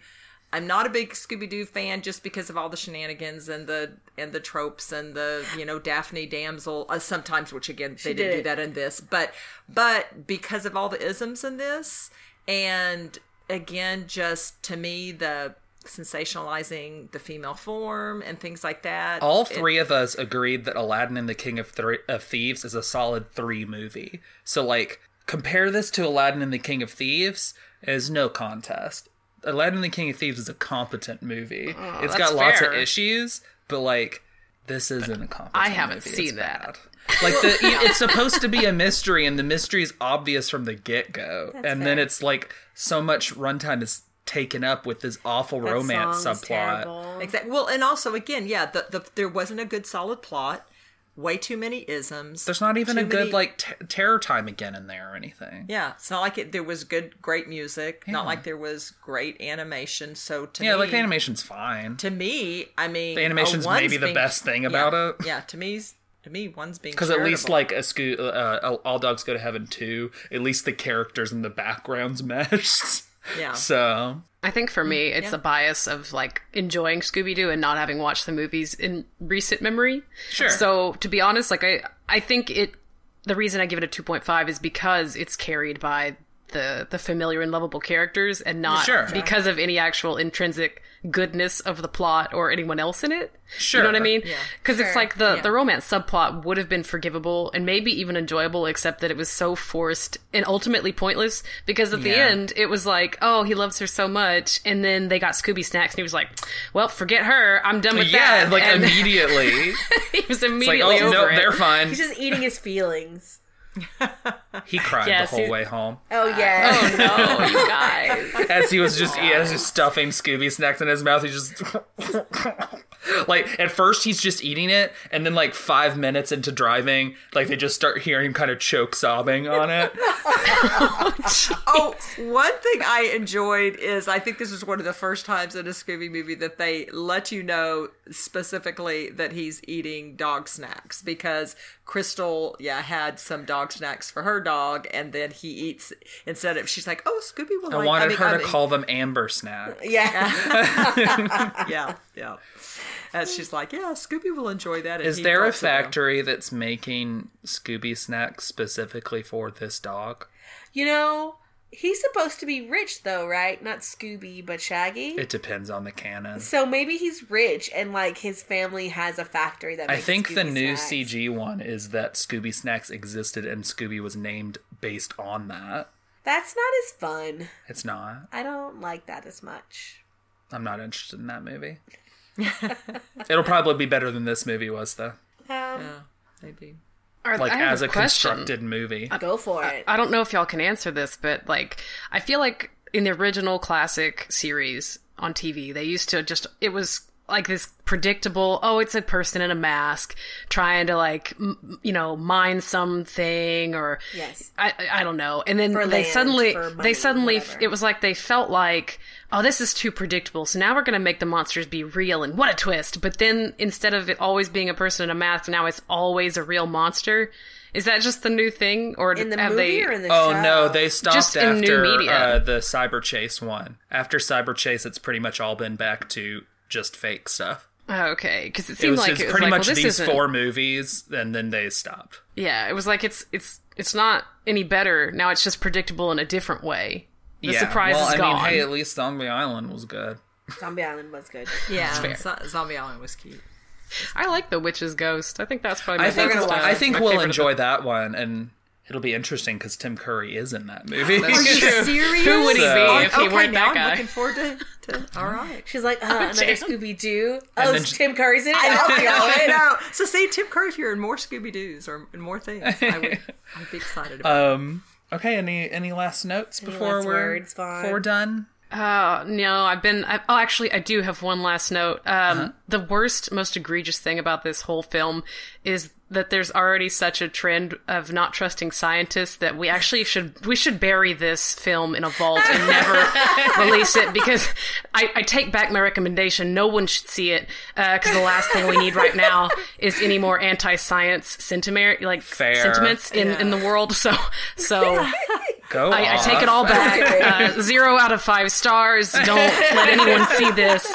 B: I'm not a big Scooby Doo fan just because of all the shenanigans and the and the tropes and the you know Daphne damsel uh, sometimes, which again they didn't
C: did.
B: do that in this, but but because of all the isms in this and again just to me the sensationalizing the female form and things like that.
A: All
B: it-
A: three of us agreed that Aladdin and the King of, Thre- of Thieves is a solid three movie. So, like, compare this to Aladdin and the King of Thieves is no contest. Aladdin and the King of Thieves is a competent movie. it's got
E: Oh, that's
A: lots of
E: fair.
A: issues, but like, this isn't a competent.
E: I haven't
A: movie. It's
E: seen that.
A: bad.
E: (laughs)
A: Like the, it's supposed to be a mystery, and the mystery is obvious from the get go, and then
C: fair.
A: it's like so much runtime is taken up with this awful
C: That
A: romance
C: song is
A: subplot.
C: terrible.
B: Exactly. Well, and also again, yeah, the, the there wasn't a good solid plot. Way too many isms.
A: There's not even
B: too
A: a good
B: many-
A: like t- terror time again in there or anything.
B: Yeah, it's not like it, there was good, great music. Not like there was great animation. So to
A: Yeah,
B: me,
A: like the animation's fine.
B: to me, I mean,
A: The animation's
B: a one's
A: maybe the
B: being-
A: best thing about
B: yeah,
A: it.
B: Yeah, to me, to me,
A: (laughs)
B: one's being
A: Because at least
B: charitable.
A: like a sco- uh, all dogs go to heaven too. At least the characters and the backgrounds (laughs) meshed.
B: yeah,
A: So
E: I think for me, it's a bias of like enjoying Scooby Doo and not having watched the movies in recent memory.
A: Sure.
E: So to be honest, like I, I think it. The reason I give it a two point five is because it's carried by the the familiar and lovable characters, and not
A: Sure.
E: because of any actual intrinsic goodness of the plot or anyone else in it.
A: sure,
E: You know what I mean?
B: Yeah.
E: Because it's like the, the romance subplot would have been forgivable and maybe even enjoyable, except that it was so forced and ultimately pointless. Because at the
A: Yeah.
E: end, it was like, oh, he loves her so much. And then they got Scooby Snacks, and he was like, well, forget her. I'm done with
A: Yeah,
E: that.
A: like
E: and (laughs)
A: immediately.
E: he was
A: like
E: immediately
A: oh no,
E: over it.
A: they're fine.
C: He's just eating his feelings.
A: He cried
E: Yes,
A: the whole
E: he-
A: way home
C: Oh yeah.
E: (laughs) Oh, no, you guys.
A: as he was just he was just stuffing Scooby snacks in his mouth. He just (laughs) like at first he's just eating it, and then like five minutes into driving, like they just start hearing him kind of choke sobbing on
B: (laughs)
A: it. (laughs)
B: Oh, one thing I enjoyed is I think this was one of the first times in a Scooby movie that they let you know specifically that he's eating dog snacks because Crystal, yeah, had some dog snacks for her dog, and then he eats instead of she's like, "Oh, Scooby will."
A: I
B: like,
A: wanted
B: mean-
A: her
B: I
A: to
B: mean,
A: call them Amber Snack.
C: (laughs) yeah.
B: Yeah, yeah. And she's like, "Yeah, Scooby will enjoy that." and
A: Is
B: he
A: there a
B: talks about-
A: factory that's making Scooby snacks specifically for this dog?
C: You know, he's supposed to be rich though, right? Not Scooby, but Shaggy.
A: It depends on the canon.
C: so maybe he's rich and like his family has a factory that.
A: I
C: makes
A: think the
C: Scooby
A: new
C: snacks.
A: CG one is that Scooby Snacks existed and Scooby was named based on that.
C: That's not as fun.
A: It's not.
C: I don't like that as much.
A: I'm not interested in that movie.
E: (laughs)
A: It'll probably be better than this movie was, though.
C: Um,
B: Yeah, maybe.
E: Are-
A: Like
E: I have
A: as a
E: question.
A: constructed movie.
C: Go for
A: Uh,
C: it.
E: I don't know if y'all can answer this, but like, I feel like in the original classic series on TV, they used to just, it was like this predictable, oh, it's a person in a mask trying to like, m- you know, mine something or,
C: Yes.
E: I, I- I don't know. And then
C: For
E: they
C: land,
E: suddenly,
C: for money,
E: they suddenly,
C: whatever.
E: it was like they felt like, oh, this is too predictable. So now we're going to make the monsters be real and what a twist. But then instead of it always being a person in a mask, now it's always a real monster. Is that just the new thing? Or
C: In the
E: have
C: movie
E: they,
C: or in the
A: Oh
C: show?
A: no, they stopped
E: Just in
A: after
E: new media.
A: Uh, the Cyber Chase one. After Cyber Chase, it's pretty much all been back to just fake stuff.
E: Oh, Okay, because it
A: It
E: seemed
A: was
E: like
A: just
E: it was
A: pretty
E: like,
A: much
E: well, this
A: these
E: isn't-
A: four movies, and then they stopped.
E: Yeah, it was like it's it's it's not any better now. It's just predictable in a different way. The surprise
A: well,
E: is
A: I
E: gone.
A: mean, hey, at least Zombie Island was good.
C: Zombie Island
A: (laughs)
C: was good.
B: Yeah, Zo- Zombie Island was cute.
E: I like the witch's ghost. I think that's probably my
A: I think
E: favorite style.
A: I think
E: My
A: we'll
E: favorite of
A: enjoy that one, and it'll be interesting because Tim Curry is in that movie.
E: That's
B: Are you
E: true.
A: (laughs)
B: serious?
E: Who would he be
A: So-
E: if he
B: okay,
E: weren't
B: now
E: that
B: I'm
E: guy?
B: looking forward to. to all right.
C: She's like, uh, another
E: Jane.
C: Scooby Doo.
A: And
C: Oh,
A: then
C: it's
A: she-
C: Tim Curry's in it.
B: I'll be all (laughs)
C: I'll
B: right
C: (laughs)
B: out. So see, Tim Curry, if you're in more Scooby Doo's or in more things, I would, I'd be excited about.
A: um. Okay. Any any last notes before
C: last
A: we're
C: words, Vaughn?
A: before we're done?
E: Uh, no, I've been. I, oh, actually, I do have one last note. Um, The worst, most egregious thing about this whole film is that there's already such a trend of not trusting scientists that we actually should we should bury this film in a vault and never release it because I, I take back my recommendation. No one should see it because the last thing we need right now is any more anti-science sentiment like
A: Fair.
E: sentiments in, in the world. So so.
A: Go.
E: I, I
A: off.
E: take it all back. Uh, zero out of five stars. Don't let anyone
C: (laughs)
E: see this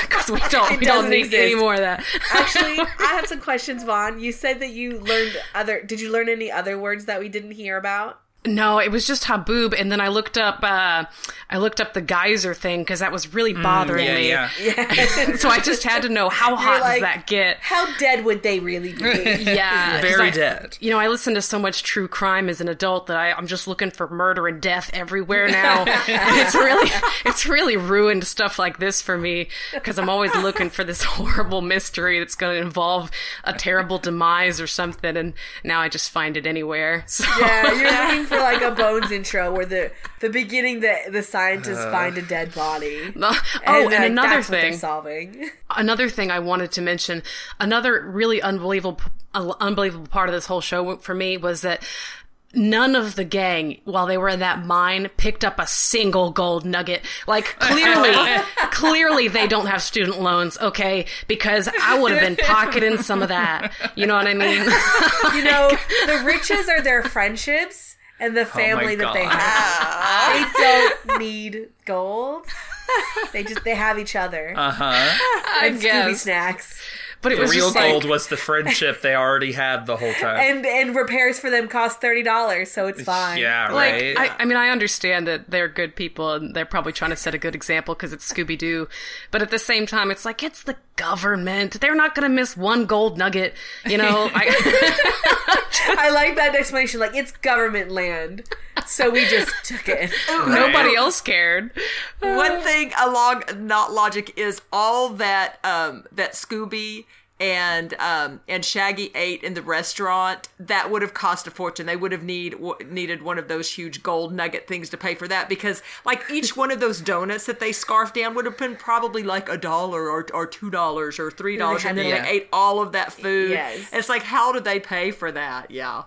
E: because we don't. We don't
C: doesn't
E: need any
C: exist.
E: more of that.
C: Actually, I have some questions, Vaughn. You said that you learned other. Did you learn any other words that we didn't hear about?
E: No, it was just Haboob, and then I looked up. Uh, I looked up the geyser thing because that was
C: Mm,
E: really bothering
A: Yeah,
E: me. (laughs)
A: yeah.
E: so I just had to know how hot does
C: like-
E: that get?
C: How dead would they really be?
E: Yeah, 'cause
A: Very
E: I-
A: dead.
E: You know, I listen to so much true crime as an adult that I, I'm just looking for murder and death everywhere now. and it's really, it's really ruined stuff like this for me because I'm always looking for this (laughs) horrible mystery that's going to involve a terrible demise or something, and now I just find it anywhere. (laughs) So
C: (laughs) Yeah, you're looking for like a bones intro where the the beginning the the scientists find a dead body.
E: oh, and,
C: like,
E: another
C: uh, that's what they're
E: thing.
C: solving.
E: another thing I wanted to mention, another really unbelievable, unbelievable part of this whole show for me was that none of the gang, while they were in that mine, picked up a single gold nugget. Like clearly, (laughs) clearly they don't have student loans, okay? Because I would have been pocketing some of that. You know what (laughs) I mean?
C: (laughs) You know, the riches are their friendships and the family that they
A: Oh God.
E: Ah.
C: have. they don't need gold. They just they have each other.
A: Uh huh.
E: I
C: Scooby
E: guess.
C: snacks
E: But it
A: The
E: was
A: real
E: just like,
A: gold was the friendship they already had the whole time.
C: and and repairs for them cost thirty dollars, so it's fine.
A: yeah.
E: like
A: Right.
E: I, I mean i understand that they're good people and they're probably trying to set a good example because it's scooby-doo but at the same time it's like it's the government they're not gonna miss one gold nugget
C: (laughs)
E: you know I, (laughs)
C: I like that explanation. Like it's government land, so we just took
E: (laughs)
C: it.
E: nobody else cared
B: One thing along not logic is all that um, that Scooby and um, and Shaggy ate in the restaurant that would have cost a fortune. They would have need w- needed one of those huge gold nugget things to pay for that because like each one of those donuts that they scarfed down would have been probably like a dollar or or two dollars or three dollars, and then
C: Yeah.
B: they ate all of that food.
C: Yes.
B: It's like how did they pay for that? Yeah,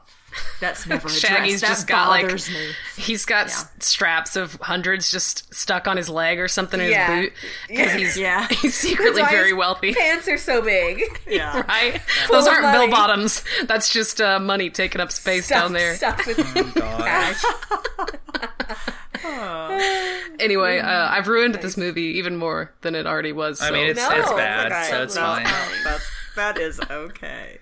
B: that's never addressed.
E: shaggy's
B: that
E: just got like
B: bothers
E: (laughs)
B: me.
E: he's got s- straps of hundreds just stuck on his leg or something in
C: Yeah.
E: his boot because he's
B: Yeah.
E: (laughs) he's secretly
C: That's why
E: very
C: his (laughs)
E: wealthy
C: Pants are so big.
B: Yeah.
E: Right? Those
C: of
E: aren't
C: money.
E: bell bottoms. That's just uh, money taking up space down there.
C: Stuff with
A: Oh God.
C: cash.
E: Anyway,
C: Mm-hmm.
E: uh, I've ruined this movie even more than it already was.
A: I
E: so-
A: mean, it's
C: No,
A: it's
C: it's
A: bad,
B: okay.
A: so it's
B: No.
A: fine.
B: That's, that is okay.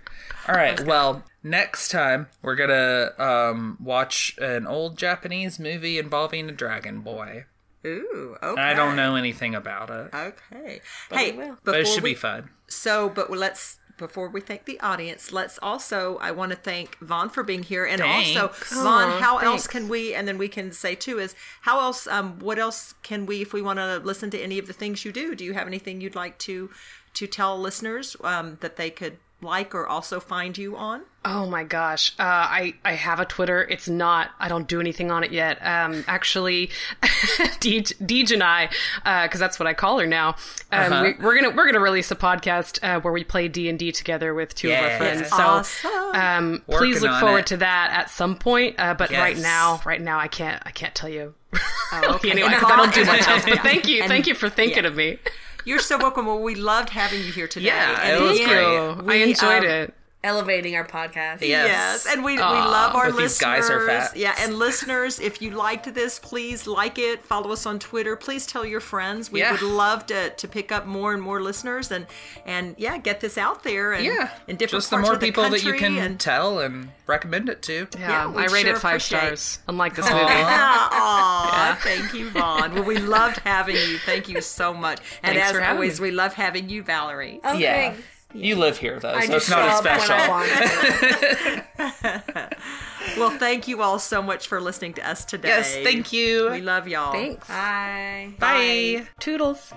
A: All right. Well, next time we're gonna um, watch an old Japanese movie involving a dragon boy.
B: Ooh, okay.
A: I don't know anything about it,
B: Okay. hey,
C: will.
A: but
B: before
A: it should
B: we,
A: be fun.
B: So, but let's before we thank the audience, let's also I want to thank Vaughn for being here, and also
A: Thanks.
B: Vaughn, how else
E: thanks.
B: can we? And then we can say too is how else? Um, what else can we? If we want to listen to any of the things you do, do you have anything you'd like to to tell listeners um, that they could like or also find you on?
E: Oh my gosh. Uh, I, I have a Twitter. It's not, I don't do anything on it yet. Um, actually, (laughs) Deej Deej and I, uh, cause that's what I call her now. Um,
B: Uh-huh.
E: we, we're gonna, we're gonna release a podcast, uh, where we play D and D together with two of our
A: Yes.
E: friends. So,
B: Awesome.
E: um, please
A: Working
E: look
A: on
E: forward
A: it.
E: to that at some point. Uh, but right
A: Yes.
E: now, right now I can't, I can't tell you.
B: Oh,
E: (laughs)
B: okay.
E: anyway,
B: And
E: 'cause I don't do
B: Vaughn-
E: much else, but thank you.
B: And-
E: thank you for thinking
B: yeah.
E: of me.
B: You're so welcome. Well, we loved having you here today.
A: Yeah, it
B: And
A: was
B: again,
A: great.
E: I
B: we,
E: enjoyed
B: um,
E: it.
C: elevating our podcast.
A: Yeah. Yes.
B: Yes, and we, we love our
A: But
B: listeners.
A: these guys are fat.
B: Yeah, and listeners, if you liked this, please like it. Follow us on Twitter. Please tell your friends. We
A: Yeah.
B: would love to, to pick up more and more listeners and and yeah, get this out there. And,
A: Yeah.
B: in different
A: Just the
B: parts
A: more
B: of the
A: people that you
B: country
A: can
B: and-
A: tell and recommend it to.
E: Yeah,
B: we
E: I rated
B: sure
E: five
B: appreciate-
E: stars, unlike this movie.
B: (laughs) Aw, (laughs) aw, thank you, Vaughn. Well, we loved having you. Thank you so much. And
E: Thanks for
B: as
E: having
B: always,
E: me.
B: we love having you, Valerie.
C: Oh,
A: Yeah.
C: thanks.
A: You live here though,
C: I
A: so
C: just
A: it's
C: show
A: not as
C: up when
A: special.
C: I want to.
B: Well, thank you all so much for listening to us today.
A: (laughs) Yes, thank
B: We
A: you.
B: love y'all.
E: (laughs) Thanks.
C: Bye.
A: Bye.
E: Toodles.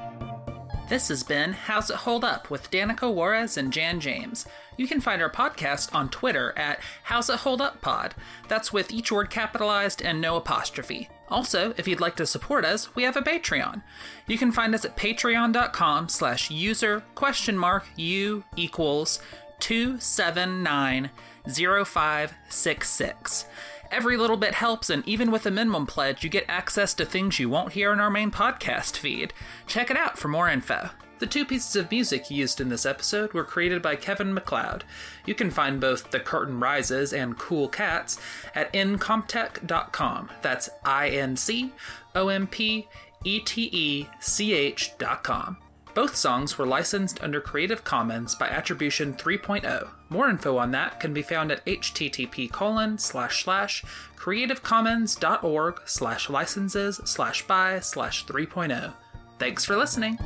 A: This has been How's It Hold Up with Danica Juarez and Jan James. You can find our podcast on Twitter at How's It Hold Up Pod. That's with each word capitalized and no apostrophe. Also, if you'd like to support us, we have a Patreon. You can find us at patreon.com slash user question mark u equals 2790566. Every little bit helps, and even with a minimum pledge, you get access to things you won't hear in our main podcast feed. Check it out for more info. The two pieces of music used in this episode were created by Kevin McLeod. You can find both The Curtain Rises and Cool Cats at incomtech.com. That's I N C O M P E T E C H dot com. Both songs were licensed under Creative Commons by Attribution 3.0. More info on that can be found at http colon slash slash creativecommons.org slash licenses slash by slash 3.0. oh. Thanks for listening.